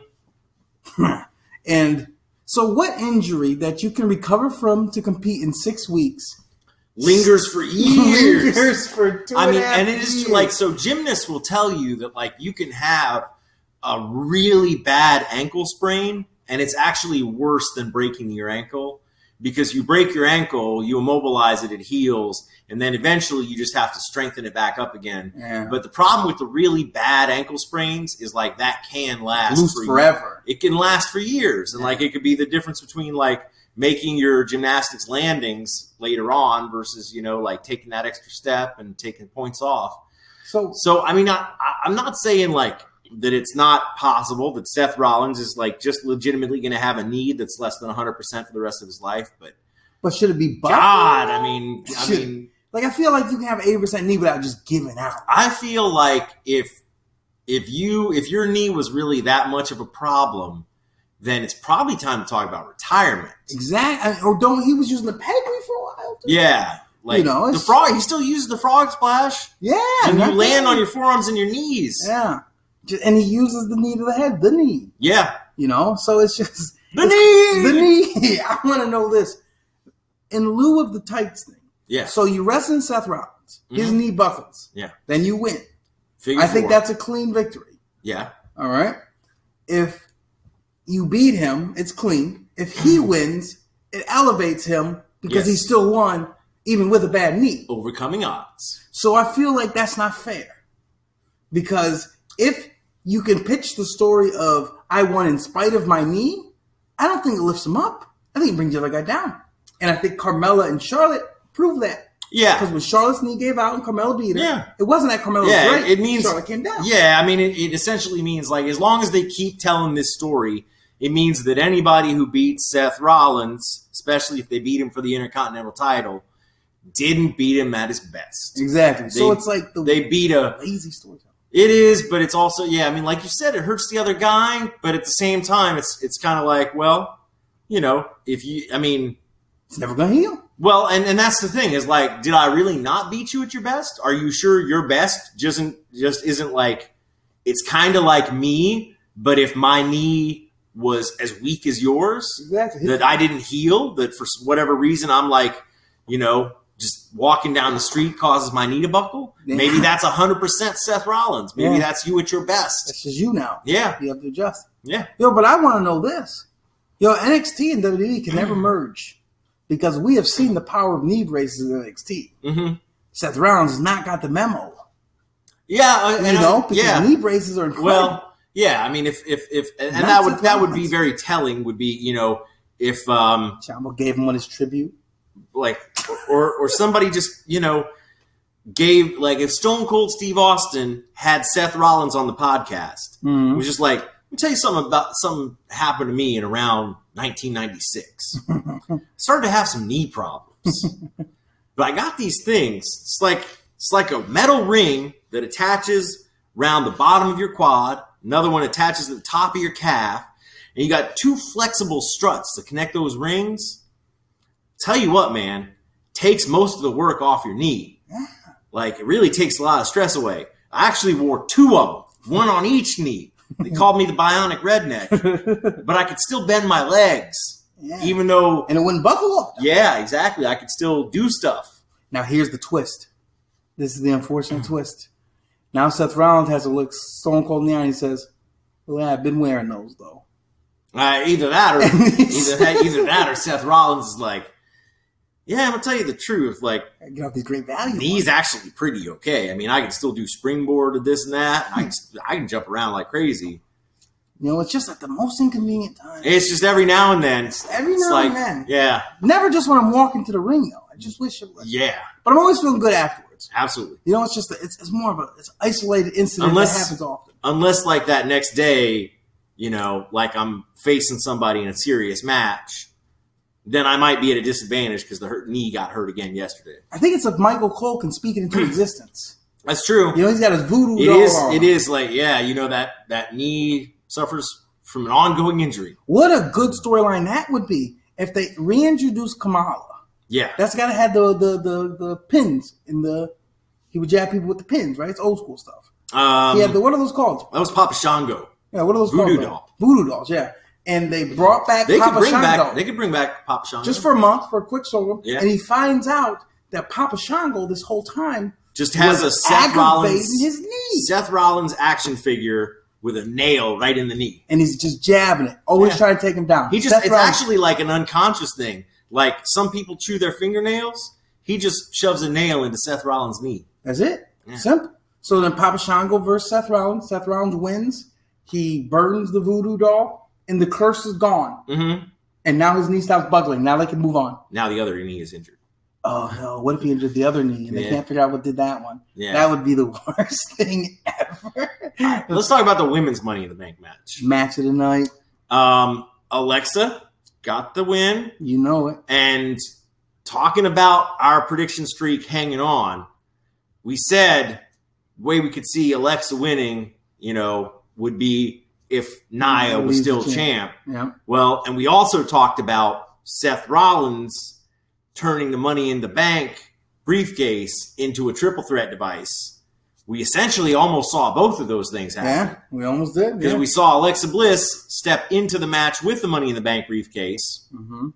And so, what injury that you can recover from to compete in six weeks
lingers for years.
Lingers for two
I mean,
a half
and it is
years.
like so. Gymnasts will tell you that like you can have a really bad ankle sprain, and it's actually worse than breaking your ankle because you break your ankle, you immobilize it, it heals, and then eventually you just have to strengthen it back up again.
Yeah.
But the problem with the really bad ankle sprains is like that can last
loose
for
forever.
it can last for years and like it could be the difference between like making your gymnastics landings later on versus you know like taking that extra step and taking points off
So,
so i mean I, I- i'm not saying like that it's not possible that seth rollins is like just legitimately going to have a knee that's less than 100% for the rest of his life but
but should it be butt?
god i mean i
Shit.
mean
Like I feel like you can have eighty percent knee without just giving out.
I feel like if if you if your knee was really that much of a problem, then it's probably time to talk about retirement.
Exactly. Or don't he was using the pedigree for a while? too?
Yeah, like
You know,
the
it's-
frog. He still uses the frog splash,
Yeah.
and you
not
land
bad.
on your forearms and your knees. Yeah,
Yeah. Ju- and he uses the knee to the head, the knee. You know, so it's just
the knee.
the knee. I want to know this. In lieu of the tights thing,
Yeah,
so you wrestling Seth Rollins, his
Mhm.
knee buckles.
Yeah.
Then you win.
figure
I think
four.
that's a clean victory.
yeah.
All right. If you beat him, it's clean. If he wins, it elevates him because
Mm-hmm. Yes.
he still won, even with a bad knee.
Overcoming odds.
So I feel like that's not fair. Because if you can pitch the story of I won in spite of my knee, I don't think it lifts him up. I think it brings the other guy down. And I think Carmella and Charlotte prove that.
Yeah,
Because when Charlotte's knee gave out and Carmella beat her,
Yeah.
it wasn't that Carmella
Yeah,
was great.
it means-
Charlotte came down.
Yeah, I mean, it, it essentially means like as long as they keep telling this story, it means that anybody who beats Seth Rollins, especially if they beat him for the Intercontinental title, didn't beat him at his best.
Exactly. so
They-
it's like the
They beat a.
lazy storytelling.
It is, but it's also yeah. I mean, like you said, it hurts the other guy, but at the same time, it's it's kind of like well, you know, if you, I mean,
It's never gonna heal.
Well, and, and that's the thing is like, did I really not beat you at your best? Are you sure your best just isn't, just isn't like, it's kind of like me, but if my knee was as weak as yours,
Exactly.
that I didn't heal, that for whatever reason I'm like, you know, just walking down the street causes my knee to buckle.
Yeah.
Maybe that's 100% Seth Rollins. Maybe
Yeah.
that's you at your best.
That's just you now.
Yeah.
You have to adjust.
Yeah.
Yo, but I want to know this. Yo, NXT and WWE can never merge because we have seen the power of knee braces in NXT.
hmm
Seth Rollins has not got the memo.
Yeah. I-
You
and I-
know, because
yeah.
knee braces are incredible.
Well, yeah, I mean, if if if and, and that
That's
would
a
that would be
promise.
very telling. Would be you know if um
Chambo gave him one as tribute.
like or or somebody just you know gave like if Stone Cold Steve Austin had Seth Rollins on the podcast,
Mm-hmm.
it was just like let me tell you something about something happened to me in around 1996. I started to have some knee problems, but I got these things. It's like it's like a metal ring that attaches around the bottom of your quad. Another one attaches to the top of your calf, and you got two flexible struts to connect those rings tell you what, man, takes most of the work off your knee. Like it really takes a lot of stress away. I actually wore two of them, one on each knee. They called me the bionic redneck, but I could still bend my legs,
Yeah.
even though,
and it wouldn't buckle up.
yeah, exactly, I could still do stuff.
Now here's the twist. This is the unfortunate
Mm-hmm.
twist. Now Seth Rollins has to look Stone Cold in the eye and he says, "Well, I've been wearing those though."
Uh, either that, or either that, either that, or Seth Rollins is like, Yeah, I'm gonna tell you the truth. Like
Get off these great value.
knees, actually pretty okay. I mean, I can still do springboard and this and that. And I
Hmm.
can, I can jump around like crazy.
You know, it's just at the most inconvenient time.
It's just every now and then. It's
Every now
like
and then.
yeah,
Never just when I'm walking to the ring though. I just wish it was.
yeah,
But I'm always feeling good afterwards.
absolutely.
You know, it's just it's, it's more of a it's isolated incident
Unless-
that happens often.
unless like that next day, you know, like I'm facing somebody in a serious match, then I might be at a disadvantage because the hurt knee got hurt again yesterday.
I think it's if Michael Cole can speak it into existence.
That's true.
You know, he's got his voodoo.
Hmm. It
doll
is.
on.
It is like yeah, you know that that knee suffers from an ongoing injury.
What a good storyline that would be if they reintroduce Kamala.
Yeah,
That's gotta have the the the, the pins in the he would jab people with the pins, right? It's old school stuff.
um,
yeah, the what are those called?
that was Papa Shango.
Yeah, what are those
Voodoo
called?
doll.
Voodoo dolls, yeah. And they brought back
They
Papa
could bring
Shango
back. They could bring back Papa Shango
just for a month for a quick solo.
Yeah.
And he finds out that Papa Shango this whole time
Just has a
was
Seth
aggravating
Rollins
his knee.
Seth Rollins action figure with a nail right in the knee.
And he's just jabbing it, always
Yeah.
trying to take him down.
He just
Seth
it's
Rollins-
actually like an unconscious thing. Like some people chew their fingernails, he just shoves a nail into Seth Rollins' knee.
That's it.
Yeah.
Simple. So then Papa Shango versus Seth Rollins. Seth Rollins wins. He burdens the voodoo doll, and the curse is gone.
Mm-hmm.
And now his knee stops buckling. Now they can move on.
Now the other knee is injured.
Oh no! What if he injured the other knee and
Yeah.
they can't figure out what did that one?
Yeah.
That would be the worst thing ever.
Let's talk about the women's Money in the Bank match.
Match of the night,
Um, Alexa got the win,
you know it.
and talking about our prediction streak hanging on, we said the way we could see Alexa winning, you know, would be if Nia was
Leaves the
still
champ.
champ.
Yeah.
Well, and we also talked about Seth Rollins turning the money in the bank briefcase into a triple threat device. We essentially almost saw both of those things happen
Yeah, we almost did.
because
Yeah.
we saw Alexa Bliss step into the match with the money in the bank briefcase
hmm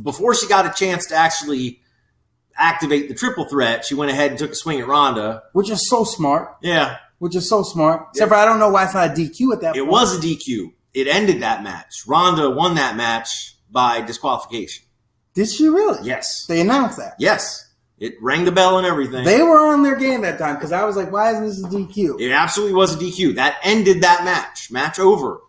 before she got a chance to actually activate the triple threat. She went ahead and took a swing at Ronda.
Which is so smart.
Yeah,
Which is so smart.
Yeah.
Except for I don't know why it's not a DQ at that
it
point.
was a DQ. It ended that match. Ronda won that match by disqualification.
Did she really?
Yes.
They announced that.
Yes, it rang the bell and everything.
They were on their game that time because I was like, why isn't this a DQ?
it absolutely was a DQ. That ended that match. Match over.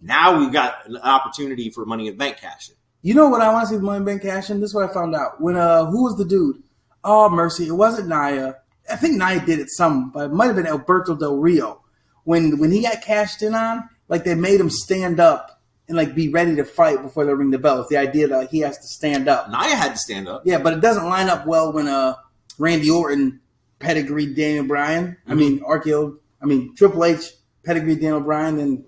Now we've got an opportunity for Money in the Bank cash.
You know what I want to see the Money Bank cash in? This is what I found out. When uh who was the dude? Oh mercy, it wasn't Naya. I think Naya did it some, but it might have been Alberto Del Rio. When when he got cashed in on, like they made him stand up and like be ready to fight before they ring the bell. It's the idea that he has to stand up.
Naya had to stand up.
Yeah, but it doesn't line up well when uh Randy Orton pedigree Daniel Bryan. I
Mm-hmm.
mean RKO. I mean Triple H pedigree Daniel Bryan and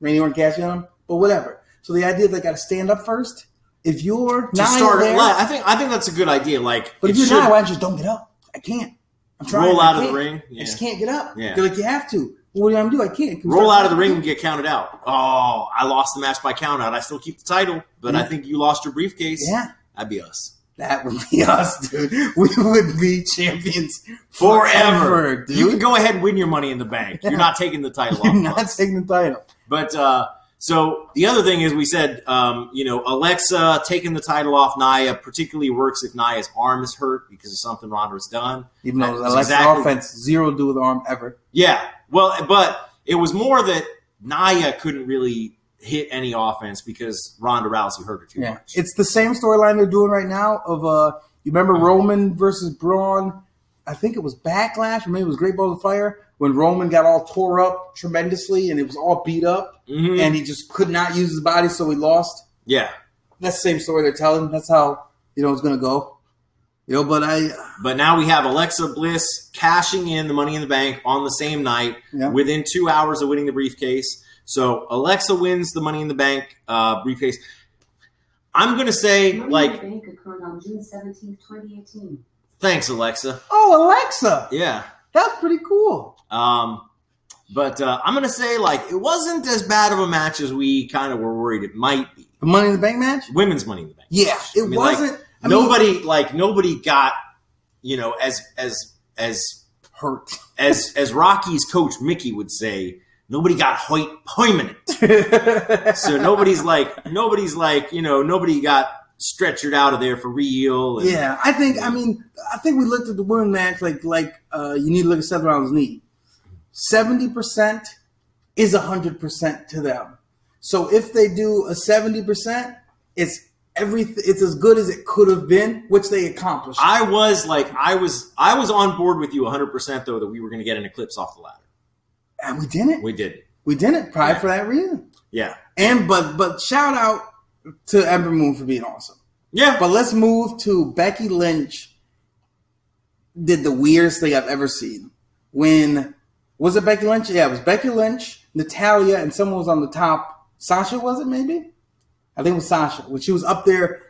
Randy Orton cashing on him. But whatever. So the idea they got to stand up first. If you're
To
not
start
there,
at la- I think I think that's a good idea. Like
but if
it
you're
should
not, why just don't get up? I can't. I'm trying.
roll
I
out of the
can't.
ring.
I
Yeah.
just can't get up.
Yeah.
They're like, you have to. Well, what do I do? I can't. Can we
Roll
start-
out of the ring and get counted out. Oh, I lost the match by count out. I still keep the title, but I
Yeah.
think you lost your briefcase.
Yeah,
That'd be us.
that would be us, dude. We would be champions
Forever.
dude.
You can go ahead and win your money in the bank. You're not taking the title off.
You're
of
not
us.
taking the title.
But uh, so the other thing is, we said, um, you know, Alexa taking the title off Naya particularly works if Naya's arm is hurt because of something Ronda's done.
Even though
That's
Alexa's
exactly-
offense zero do with arm ever.
Yeah. Well, but it was more that Naya couldn't really hit any offense because Ronda Rousey hurt her too
Yeah,
much.
it's the same storyline they're doing right now. Of uh, you remember
Mm-hmm.
Roman versus Braun? I think it was Backlash, or maybe it was Great Balls of Fire when Roman got all tore up tremendously and it was all beat up,
Mhm.
and he just could not use his body, so he lost.
yeah.
That's the same story they're telling. That's how you know it's gonna go. You know, but I
But now we have Alexa Bliss cashing in the Money in the Bank on the same night
Yeah.
within two hours of winning the briefcase. So Alexa wins the Money in the Bank uh, briefcase. I'm going to say,
Money in
like,
the bank occurred on June 17, 2018.
Thanks, Alexa.
oh Alexa,
Yeah.
that's pretty cool.
Um, but uh, I'm going to say, like, it wasn't as bad of a match as we kind of were worried it might be.
The Money in the Bank match?
Women's Money in the Bank.
Yeah, it
I mean, like,
wasn't. I mean,
nobody, like, nobody got, you know, as as as
hurt.
as as Rocky's coach Mickey would say, nobody got hoi- poiminent. So nobody's like, nobody's like, you know, nobody got stretchered out of there for real. and-
Yeah, I think. I mean, I think we looked at the wound match like like uh, you need to look at Seth Rollins' knee. Seventy percent is hundred percent to them. So if they do a seventy percent, it's every it's as good as it could have been, which they accomplished.
I was like, I was, I was on board with you 100 percent though that we were going to get an eclipse off the ladder.
and we didn't.
We did,
We didn't. Probably
Yeah.
for that reason.
yeah,
And but but shout out to Ember Moon for being awesome.
yeah.
But let's move to Becky Lynch did the weirdest thing I've ever seen. When was it Becky Lynch? Yeah, it was Becky Lynch, Natalia, and someone was on the top. Sasha was it maybe? I think it was Sasha. When she was up there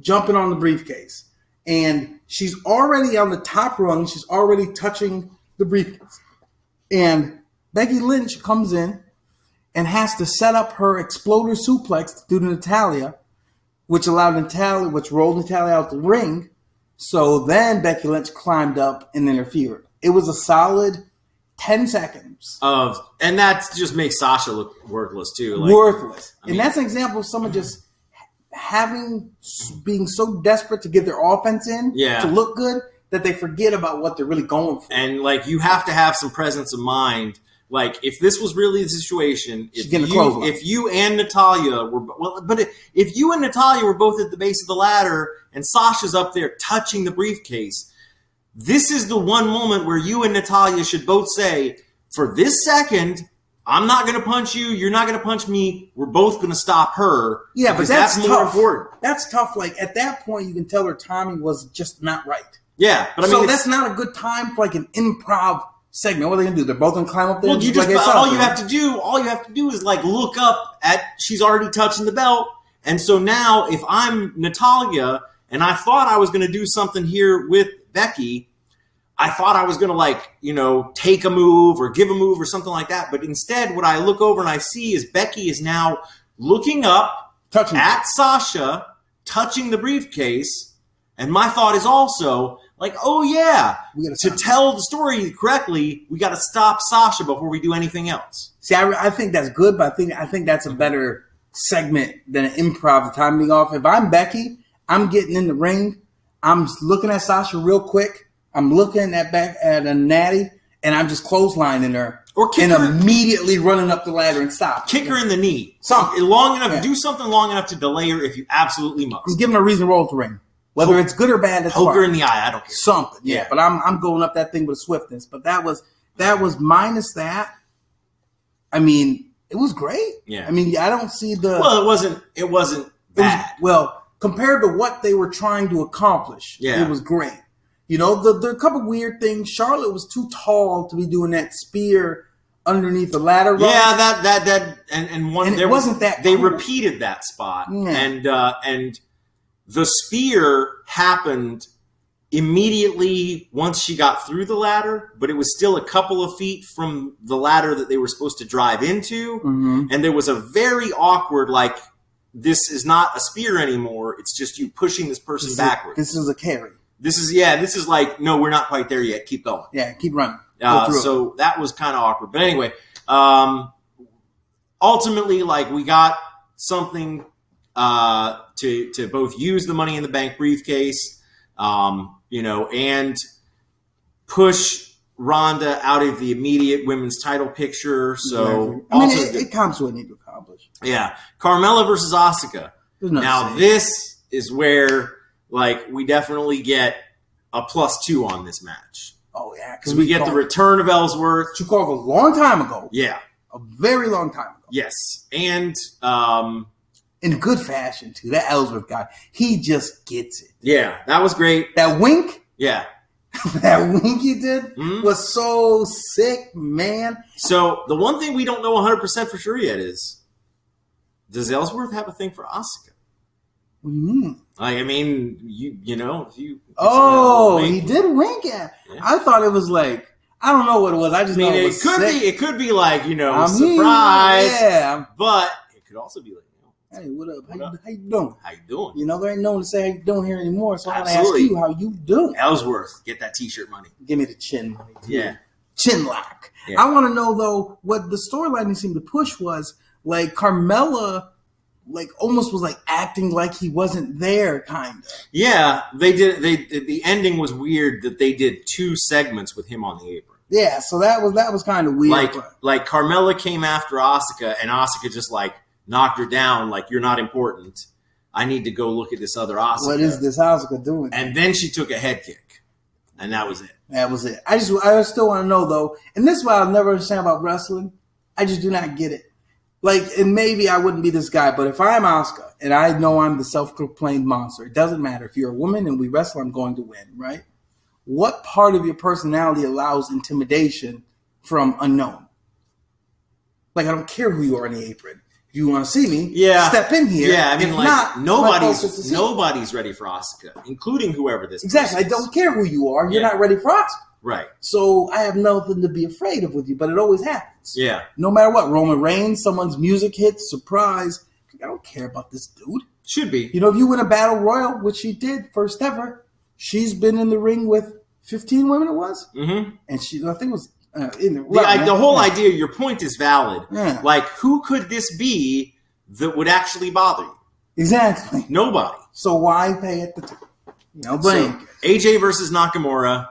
jumping on the briefcase. And she's already on the top rung, she's already touching the briefcase. And Becky Lynch comes in and has to set up her exploder suplex due to Natalia which allowed Natalia, which rolled Natalia out the ring. So then Becky Lynch climbed up and interfered. It was a solid 10 seconds.
of and that just makes Sasha look worthless too. Like,
worthless.
mean-
and that's an example of someone just having, being so desperate to get their offense in
Yeah.
to look good that they forget about what they're really going for.
and like you have to have some presence of mind. Like if this was really the situation,
She's
if
getting a
you,
clothesline.
if you and Natalia were bo- well, but if you and Natalia were both at the base of the ladder and Sasha's up there touching the briefcase, this is the one moment where you and Natalia should both say, "For this second, I'm not going to punch you. You're not going to punch me. We're both going to stop her."
yeah, but
because
that's,
more
tough.
important.
That's tough. Like at that point, you can tell her timing was just not right.
Yeah, but I mean,
so
it's-
that's not a good time for like an improv segment. What are they gonna do? They're both gonna climb up there.
Well,
and
you
just
just
like
all you have to do, all you have to do is like look up at she's already touching the belt, and so now if I'm Natalia and I thought I was going to do something here with Becky, I thought I was going to like you know take a move or give a move or something like that, but instead what I look over and I see is Becky is now looking up
touching.
at Sasha, touching the briefcase, and my thought is also like, oh yeah,
We gotta
to
stop.
tell the story correctly, we got to stop Sasha before we do anything else.
See, I, I think that's good, but I think I think that's a better segment than an improv the timing off. If I'm Becky, I'm getting in the ring. I'm looking at Sasha real quick. I'm looking at back at a natty, and I'm just clotheslining her,
Or kick
and
her-
immediately running up the ladder and stop.
Kick her in the knee.
Something.
long enough.
Yeah.
Do something long enough to delay her if you absolutely
I'm
must.
giving her a reason to roll the ring, whether
Poke-
it's good or bad. That's
Poke
fine.
her in the eye. I don't care.
something. Yeah,
Yeah.
but I'm I'm going up that thing with swiftness. But that was that was minus that. I mean, it was great.
Yeah.
I mean, I don't see the
Well, it wasn't. It wasn't
it was-
bad.
well compared to what they were trying to accomplish.
Yeah.
it was great. You know, the, the couple weird things. Charlotte was too tall to be doing that spear underneath the ladder.
yeah,
rung.
that that that and and one
And it
there was-
wasn't that
they
cool.
repeated that spot
Yeah.
and uh, and the spear happened immediately once she got through the ladder, but it was still a couple of feet from the ladder that they were supposed to drive into.
Mhm.
and there was a very awkward like this is not a spear anymore it's just you pushing this person
This is a-
backwards
this is a carry.
this is yeah this is like no we're not quite there yet keep going
Yeah, keep running. Go
uh,
through it.
so that was kind of awkward but anyway um ultimately like we got something uh to to both use the money in the bank briefcase um you know and push Ronda out of the immediate women's title picture. So,
I mean,
also
it,
good-
it comes to what need to accomplish.
yeah, Carmella versus Asuka.
There's no
Now
saying.
this is where like we definitely get a plus two on this match
oh yeah,
because we get the return of Ellsworth.
you called a long time ago,
Yeah.
a very long time ago.
Yes. And um,
in good fashion too. That Ellsworth guy, he just gets it.
yeah, that was great.
That wink,
Yeah.
that wink he did
Mhm.
was so sick, man.
So the one thing we don't know 100 percent for sure yet is does Ellsworth have a thing for Asuka?
What do you mean?
Like, I mean, you you know, if you
Oh,
I
he did wink at.
Yeah.
I thought it was like I don't know what it was. I just
mean,
know it,
it
was
could
sick.
be it could be like you know
I mean,
surprise,
Yeah.
but it could also be like you know,
Hey, what up?
What
How, you,
up?
how you doing?
how you doing?
You know, there ain't no one to say how you doing here anymore. So I'm gonna ask
Absolutely.
you how you doing.
Ellsworth, get that T-shirt money.
Give me the chin. money, too.
Yeah.
chin lock.
Yeah.
I want to know though what the storyline they seemed to push was like Carmella like almost was like acting like he wasn't there, kind of.
Yeah, they did. They the ending was weird that they did two segments with him on the apron.
Yeah, so that was that was kind of weird.
Like
but-
like Carmella came after Asuka, and Asuka just like knocked her down. Like you're not important. I need to go look at this other Asuka.
what is this Asuka doing?
And then she took a head kick, and that was it.
That was it. I just I still want to know though, and this is what I'll never understand about wrestling. I just do not get it. Like, and maybe I wouldn't be this guy, but if I'm Oscar and I know I'm the self-proclaimed monster, it doesn't matter if you're a woman and we wrestle, I'm going to win, right? What part of your personality allows intimidation from unknown? Like, I don't care who you are in the apron. If you want to see me,
Yeah.
step in here.
Yeah, I mean,
If
like
not, my focus
nobody's
is here.
nobody's ready for Asuka, including whoever this.
exactly. I
person is.
don't care who you are. You're
Yeah.
not ready for Oscar.
Right.
So I have nothing to be afraid of with you, but it always happens.
Yeah.
No matter what, Roman Reigns, someone's music hits, surprise. I don't care about this dude.
Should be.
You know, if you win a battle royal, which she did, first ever, she's been in the ring with 15 women, it was?
hmm
And she, I think it was uh, in the,
The, I, the whole
yeah.
idea, your point is valid.
Yeah.
Like, who could this be that would actually bother you?
Exactly.
Nobody.
So why pay at the top? No blame.
So, AJ versus Nakamura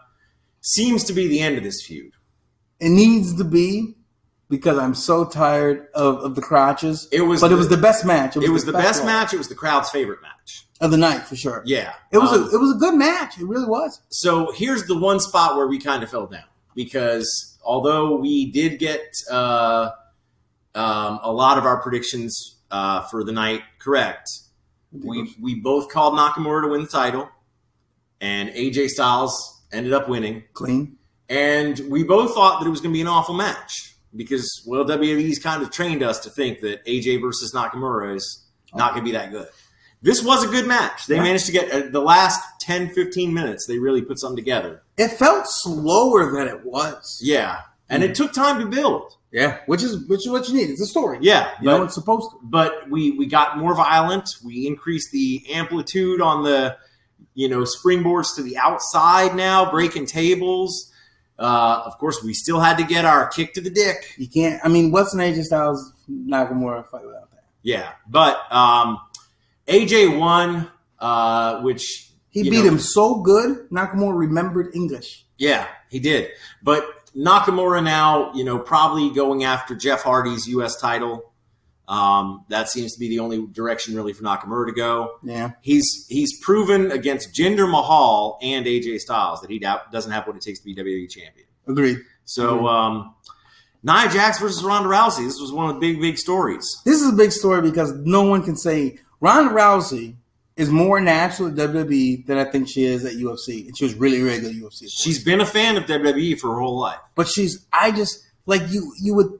seems to be the end of this feud.
it needs to be because I'm so tired of, of the crotches.
It was
but
the-
it was the best match.
It was the best
one
match. It was the crowd's favorite match.
of the night for sure.
Yeah.
It was
Um,
a it was a good match. It really was.
so here's the one spot where we kind of fell down because although we did get uh, um, a lot of our predictions uh, for the night correct, we we both called Nakamura to win the title, and AJ Styles ended up winning,
Clean.
and we both thought that it was going to be an awful match because well WWE's kind of trained us to think that AJ versus Nakamura is not going to be that good. This was a good match. They
Yeah.
managed to get uh, the last 10 15 minutes they really put something together.
It felt slower than it was.
Yeah, and
Mm.
it took time to build.
Yeah, which is which is what you need. It's a story.
Yeah,
you know
but,
it's supposed to.
but we we got more violent. We increased the amplitude on the you know springboards to the outside now, breaking tables. Uh, of course, we still had to get our kick to the dick.
You can't. I mean, what's an AJ Styles Nakamura fight without that?
Yeah, but um, AJ won, uh, which
He
You
beat
know-
him so good. Nakamura remembered English.
Yeah, he did. But Nakamura now, you know, probably going after Jeff Hardy's U.S. title. Um, that seems to be the only direction really for Nakamura to go.
Yeah,
He's he's proven against Jinder Mahal and AJ Styles that he doubt, doesn't have what it takes to be WWE E champion.
agreed.
So
Mm-hmm.
um, Nia Jax versus Ronda Rousey. This was one of the big big stories.
This is a big story because no one can say Ronda Rousey is more natural at WWE than I think she is at UFC, and she was really, really good at UFC.
She's been a fan of WWE for her whole life.
But she's I just like you you would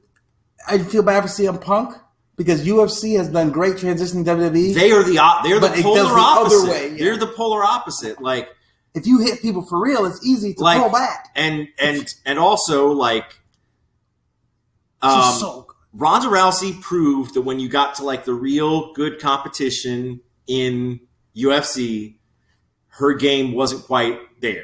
I feel bad for CM Punk because UFC has done great transitioning to E. WWE.
They are the op- they're the
But it
polar
does the other
opposite.
way, yeah.
They're the polar opposite. Like
if you hit people for real, it's easy to
Like,
pull back.
and and and also like
She's
um,
so good.
Ronda Rousey proved that when you got to like the real good competition in UFC, her game wasn't quite there.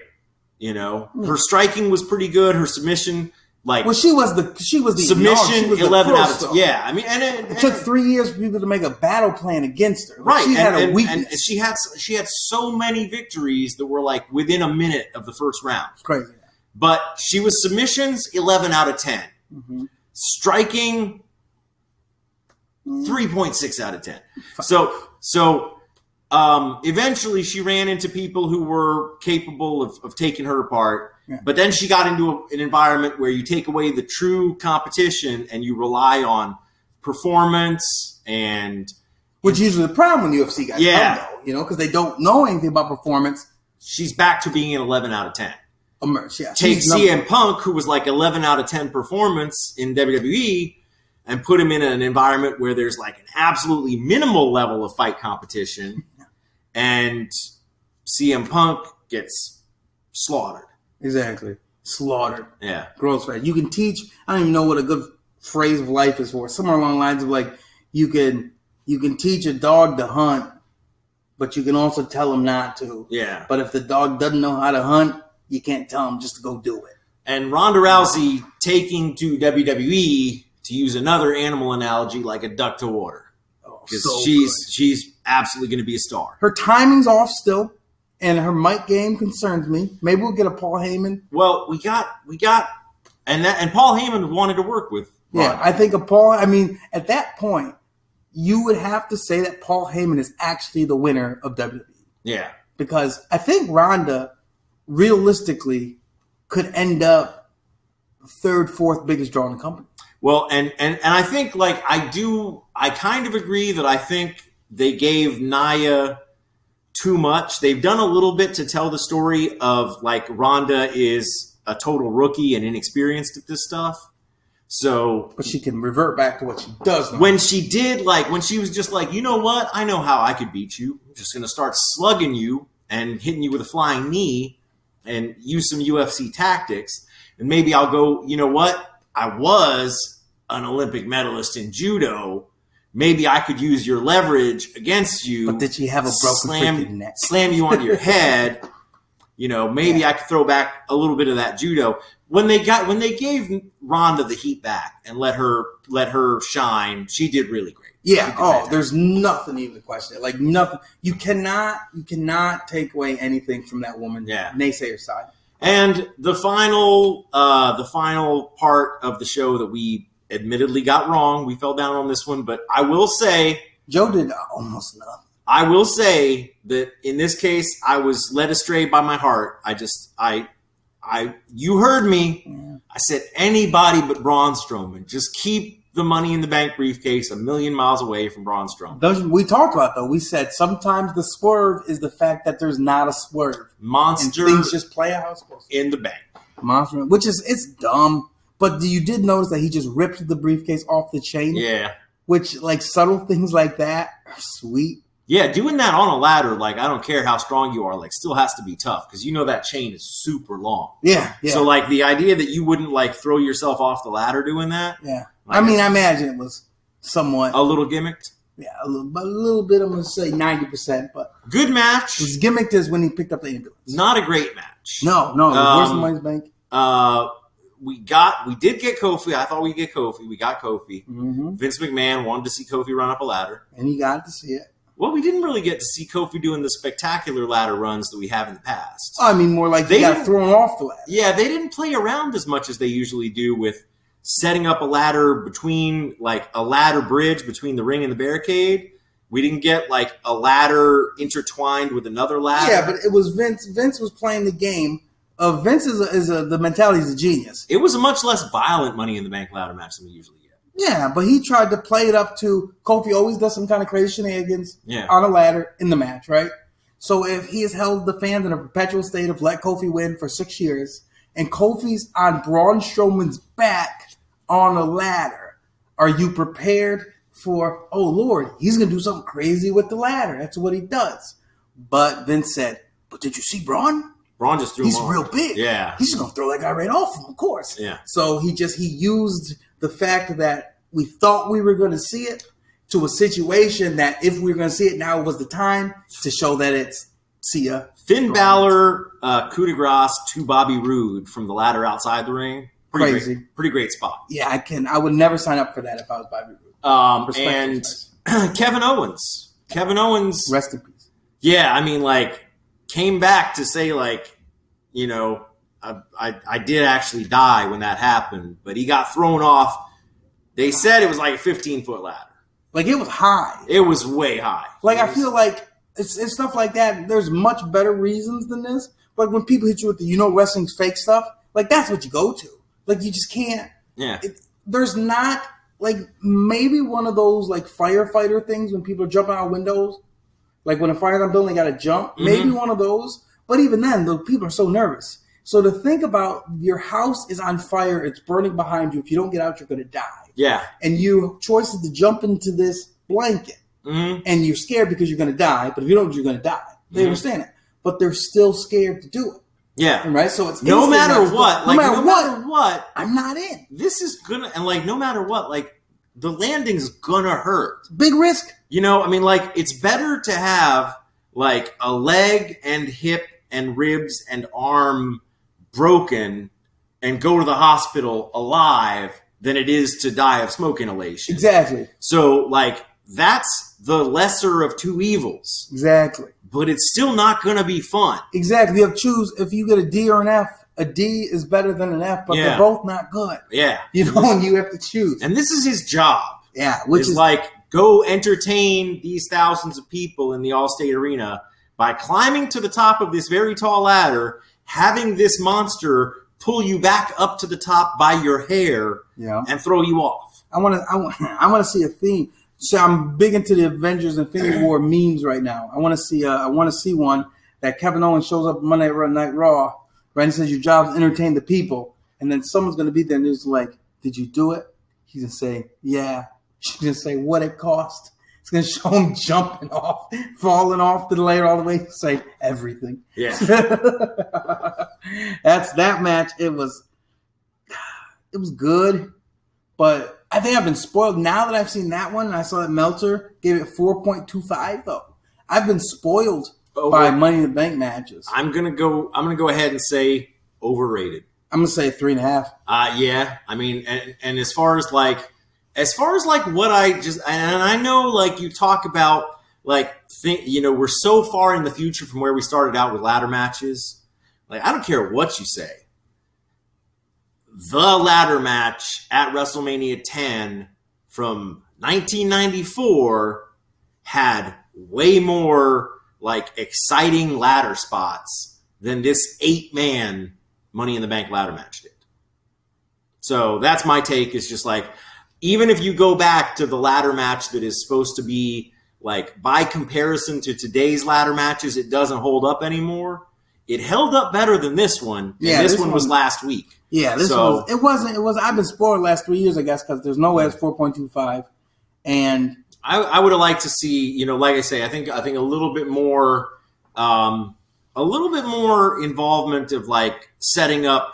You know, her striking was pretty good. Her submission, like
Hmm. Well, she was the she was the no, she
submission,
was the
eleven
pro
out of
stuff.
yeah. I mean, and, it-
It
and-
took three years for people to make a battle plan against her. Like,
right.
she had
and,
a
and-
weakness.
and she had she had so many victories that were like within a minute of the first round.
It's crazy.
But she was submissions eleven out of ten.
Mhm.
striking 3.6 out of 10 so so um, eventually she ran into people who were capable of, of taking her apart
Yeah.
but then she got into a, an environment where you take away the true competition and you rely on performance and
Which usually the problem when UFC guys
Yeah.
come though, you know, because they don't know anything about performance.
she's back to being an 11 out of 10
Emerge, yeah.
take
she's number-
CM Punk, who was like 11 out of 10 performance in WWE, and put him in an environment where there's like an absolutely minimal level of fight competition, and CM Punk gets slaughtered.
exactly slaughtered.
Yeah.
gross fat. You can teach. I don't even know what a good phrase of life is for. Somewhere along the lines of like, you can you can teach a dog to hunt, but you can also tell him not to.
Yeah.
But if the dog doesn't know how to hunt, you can't tell him just to go do it.
And Ronda Rousey E, taking to WWE, to use another animal analogy, like a duck to water.
Oh,
because
so
she's
good.
she's absolutely going to be a star.
Her timing's off still, and her mic game concerns me. Maybe we'll get a Paul Heyman.
Well, we got we got and that and Paul Heyman wanted to work with.
Yeah, I think a Paul. I mean, at that point, you would have to say that Paul Heyman is actually the winner of E. WWE
yeah,
because I think Ronda, realistically, could end up third, fourth biggest draw in the company.
Well, and and and I think like I do, I kind of agree that I think they gave Naya too much. They've done a little bit to tell the story of like Rhonda is a total rookie and inexperienced at this stuff. So
But she can revert back to what she does. Now.
when she did like when she was just like, you know what, I know how I could beat you. I'm just gonna start slugging you and hitting you with a flying knee and use some UFC tactics. And maybe I'll go, you know what? I was an Olympic medalist in judo. Maybe I could use your leverage against you.
but did she have a broken freaking
slam,
neck?
slam you onto your head. You know, maybe I could throw back a little bit of that judo. When they got when they gave Ronda the heat back and let her let her shine, she did really great. She
Yeah.
did
Oh,
fantastic.
there's nothing even to question it. Like nothing. You cannot. You cannot take away anything from that woman.
Yeah.
Naysayer side.
And the final uh the final part of the show that we admittedly got wrong. We fell down on this one, but I will say
Joe did almost nothing.
I will say that in this case I was led astray by my heart. I just I I you heard me. I said anybody but Braun Strowman. Just keep the money in the bank briefcase a million miles away from Braun Strowman.
Those, we talked about though. We said sometimes the swerve is the fact that there's not a swerve and
Monster
things just play out how it's supposed
in the bank.
to. Monster, which is it's dumb. But you did notice that he just ripped the briefcase off the chain,
Yeah.
which like subtle things like that are sweet.
Yeah, doing that on a ladder, like I don't care how strong you are, like still has to be tough because you know that chain is super long.
Yeah, yeah,
So like the idea that you wouldn't like throw yourself off the ladder doing that,
yeah.
like,
I mean, I imagine it was somewhat
a little gimmicked.
Yeah, a little, but a little bit. I'm gonna say ninety percent, but
Good match,
his gimmick is when he picked up the ambulance.
not a great match.
Mm-hmm. No, no,
Um,
where's the money's bank?
Uh, we got we did get Kofi. I thought we'd get Kofi. We got Kofi.
hmm
Vince McMahon wanted to see Kofi run up a ladder.
And he got to see it.
Well, we didn't really get to see Kofi doing the spectacular ladder runs that we have in the past.
I mean, more like
They
he got
didn't-
thrown off the ladder.
Yeah, they didn't play around as much as they usually do with setting up a ladder between like a ladder bridge between the ring and the barricade. We didn't get like a ladder intertwined with another ladder.
Yeah, but it was Vince. Vince was playing the game. Uh, Vince is a, is a, the mentality is a genius.
it was a much less violent Money in the Bank ladder match than we usually get.
Yeah, but he tried to play it up to Kofi. Always does some kind of crazy shenanigans
Yeah,
on a ladder in the match, right? So if he has held the fans in a perpetual state of let Kofi win for six years, and Kofi's on Braun Strowman's back on a ladder, are you prepared for? Oh Lord, he's gonna do something crazy with the ladder. That's what he does. But Vince said, "But did you see Braun?
Braun just threw.
He's
him on.
real big.
Yeah,
He's just gonna throw that guy right off him, of course."
yeah.
So he just he used the fact that we thought we were going to see it to a situation that if we were going to see it now was the time to show that it's see ya.
Finn Balor uh, coup de grace to Bobby Roode from the ladder outside the ring. Pretty
Crazy.
great, pretty great spot.
Yeah, I can. I would never sign up for that if I was Bobby Roode.
Um,
Respect
and
his
Kevin Owens. Kevin Owens.
Rest in peace.
yeah, I mean, like, came back to say, like, you know, I, I, I did actually die when that happened, but he got thrown off. They said it was like a 15 foot ladder.
Like it was high.
It was way high.
Like
It
I
was-
feel like it's, it's stuff like that. There's much better reasons than this. Like when people hit you with the you know wrestling's fake stuff. Like that's what you go to. Like you just can't.
yeah,
it, there's not like maybe one of those like firefighter things when people are jumping out windows, like when a fire alarm building got to jump.
Mm-hmm.
Maybe one of those, but even then, the people are so nervous. So to think about your house is on fire, it's burning behind you. If you don't get out, you're going to die.
yeah,
And your choice is to jump into this blanket,
Mhm.
and you're scared because you're going to die. But if you don't, you're going to die. They
Mhm.
understand it, but they're still scared to do it,
yeah.
right? So it's
No
instant
matter
not to do it.
what,
no
like,
matter what,
what,
I'm not in.
this is gonna, and like, no matter what, like, the landing's gonna hurt.
Big risk.
You know, I mean, like it's better to have like a leg and hip and ribs and arm broken and go to the hospital alive than it is to die of smoke inhalation.
Exactly.
So, like that's the lesser of two evils,
Exactly.
but it's still not going to be fun.
Exactly. You have choose if you get a D or an F. A D is better than an F, but
Yeah.
they're both not good.
Yeah.
You know, and you have to choose.
And this is his job.
Yeah, which
is,
is
like go entertain these thousands of people in the Allstate Arena by climbing to the top of this very tall ladder, having this monster pull you back up to the top by your hair
yeah.
and throw you off.
I want to. I want. I want to see a theme. So I'm big into the Avengers Infinity War memes right now. I want to see. Uh, I want to see one that Kevin Owens shows up Monday Night Raw, right? And says your job is to entertain the people, and then someone's going to be there and it's like, "Did you do it?" He's going to say, "Yeah." She's going to say, "What it cost?" It's going to show him jumping off, falling off the ladder all the way. Say everything.
Yeah.
That's that match. It was it was good, but I think I've been spoiled now that I've seen that one. And I saw that Melter gave it four point two five though. I've been spoiled
Oh,
by
well-
Money in the Bank matches.
I'm gonna go. I'm gonna go ahead and say overrated.
I'm gonna say three and a half.
Uh, yeah. I mean, and, and as far as like, as far as like what I just, and I know like you talk about like, think, you know, we're so far in the future from where we started out with ladder matches. Like, I don't care what you say. The ladder match at WrestleMania 10 from 1994 had way more like exciting ladder spots than this eight man Money in the Bank ladder match did. So that's my take. Is just like even if you go back to the ladder match that is supposed to be like by comparison to today's ladder matches, it doesn't hold up anymore. It held up better than this one.
Yeah,
and this,
this
one, was
one-
last week.
Yeah, this
So-
was it wasn't it was I've been spoiled last three years I guess because there's no way it's four point two five, and
I, I would have liked to see, you know, like I say, I think I think a little bit more, um, a little bit more involvement of like setting up.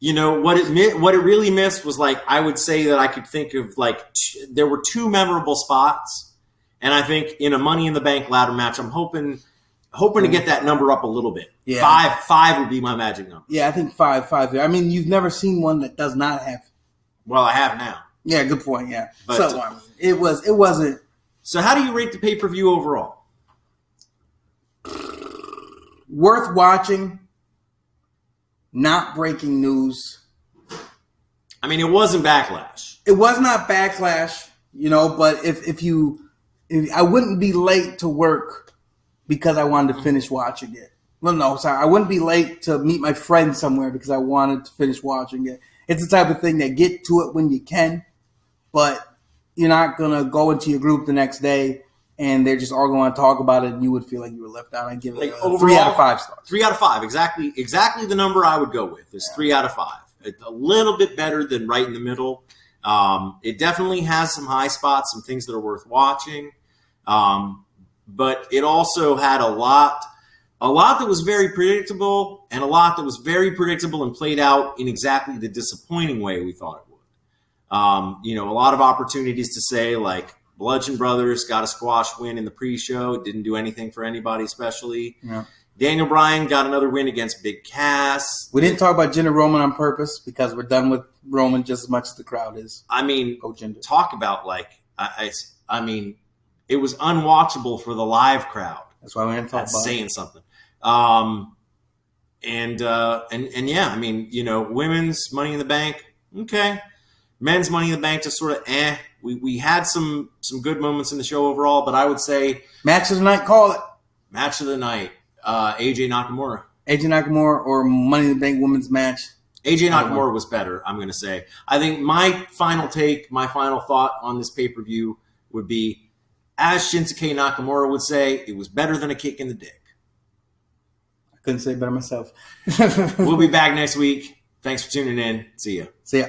You know what it mi- what it really missed was like I would say that I could think of like t- there were two memorable spots, and I think in a Money in the Bank ladder match, I'm hoping hoping to get that number up a little bit.
Yeah.
Five five would be my magic number.
yeah, I think five five. I mean, you've never seen one that does not have.
Well, I have now.
Yeah, good point. Yeah,
But-
so um, it was it wasn't
So how do you rate the pay per view overall?
worth watching, not breaking news.
I mean, it wasn't backlash.
It was not backlash, you know, but if if you if, I wouldn't be late to work because I wanted to finish watching it. Well, no, sorry. I wouldn't be late to meet my friend somewhere because I wanted to finish watching it. It's the type of thing that get to it when you can, but you're not going to go into your group the next day and they're just all going to talk about it and you would feel like you were left out. I give it
Like,
a three out
overall-
of five stars.
Three out of five, exactly, exactly the number I would go with is three out of five. It's a little bit better than right in the middle. Um, it definitely has some high spots, some things that are worth watching, um, but it also had a lot, a lot that was very predictable, and a lot that was very predictable and played out in exactly the disappointing way we thought it would. Um, you know, a lot of opportunities to say like Bludgeon Brothers got a squash win in the pre-show. It didn't do anything for anybody, especially. Daniel Bryan got another win against Big Cass.
We didn't talk about Jinder Roman on purpose because we're done with Roman just as much as the crowd is.
I mean,
Go Jinder.
talk about like I, I, I mean, it was unwatchable for the live crowd.
That's why we didn't talk
That's
about it.
saying something. Um, and uh, and and yeah, I mean, you know, women's Money in the Bank, okay. Men's Money in the Bank, just sort of eh. We we had some some good moments in the show overall, but I would say
Match of the night, call it.
match of the night, uh, AJ Nakamura.
AJ Nakamura or Money in the Bank women's match.
AJ
I don't
Nakamura was better, I'm going to say. I think my final take, my final thought on this pay per view would be as Shinsuke Nakamura would say, it was better than a kick in the dick.
I couldn't say it better myself.
We'll be back next week. Thanks for tuning in. See ya.
See ya.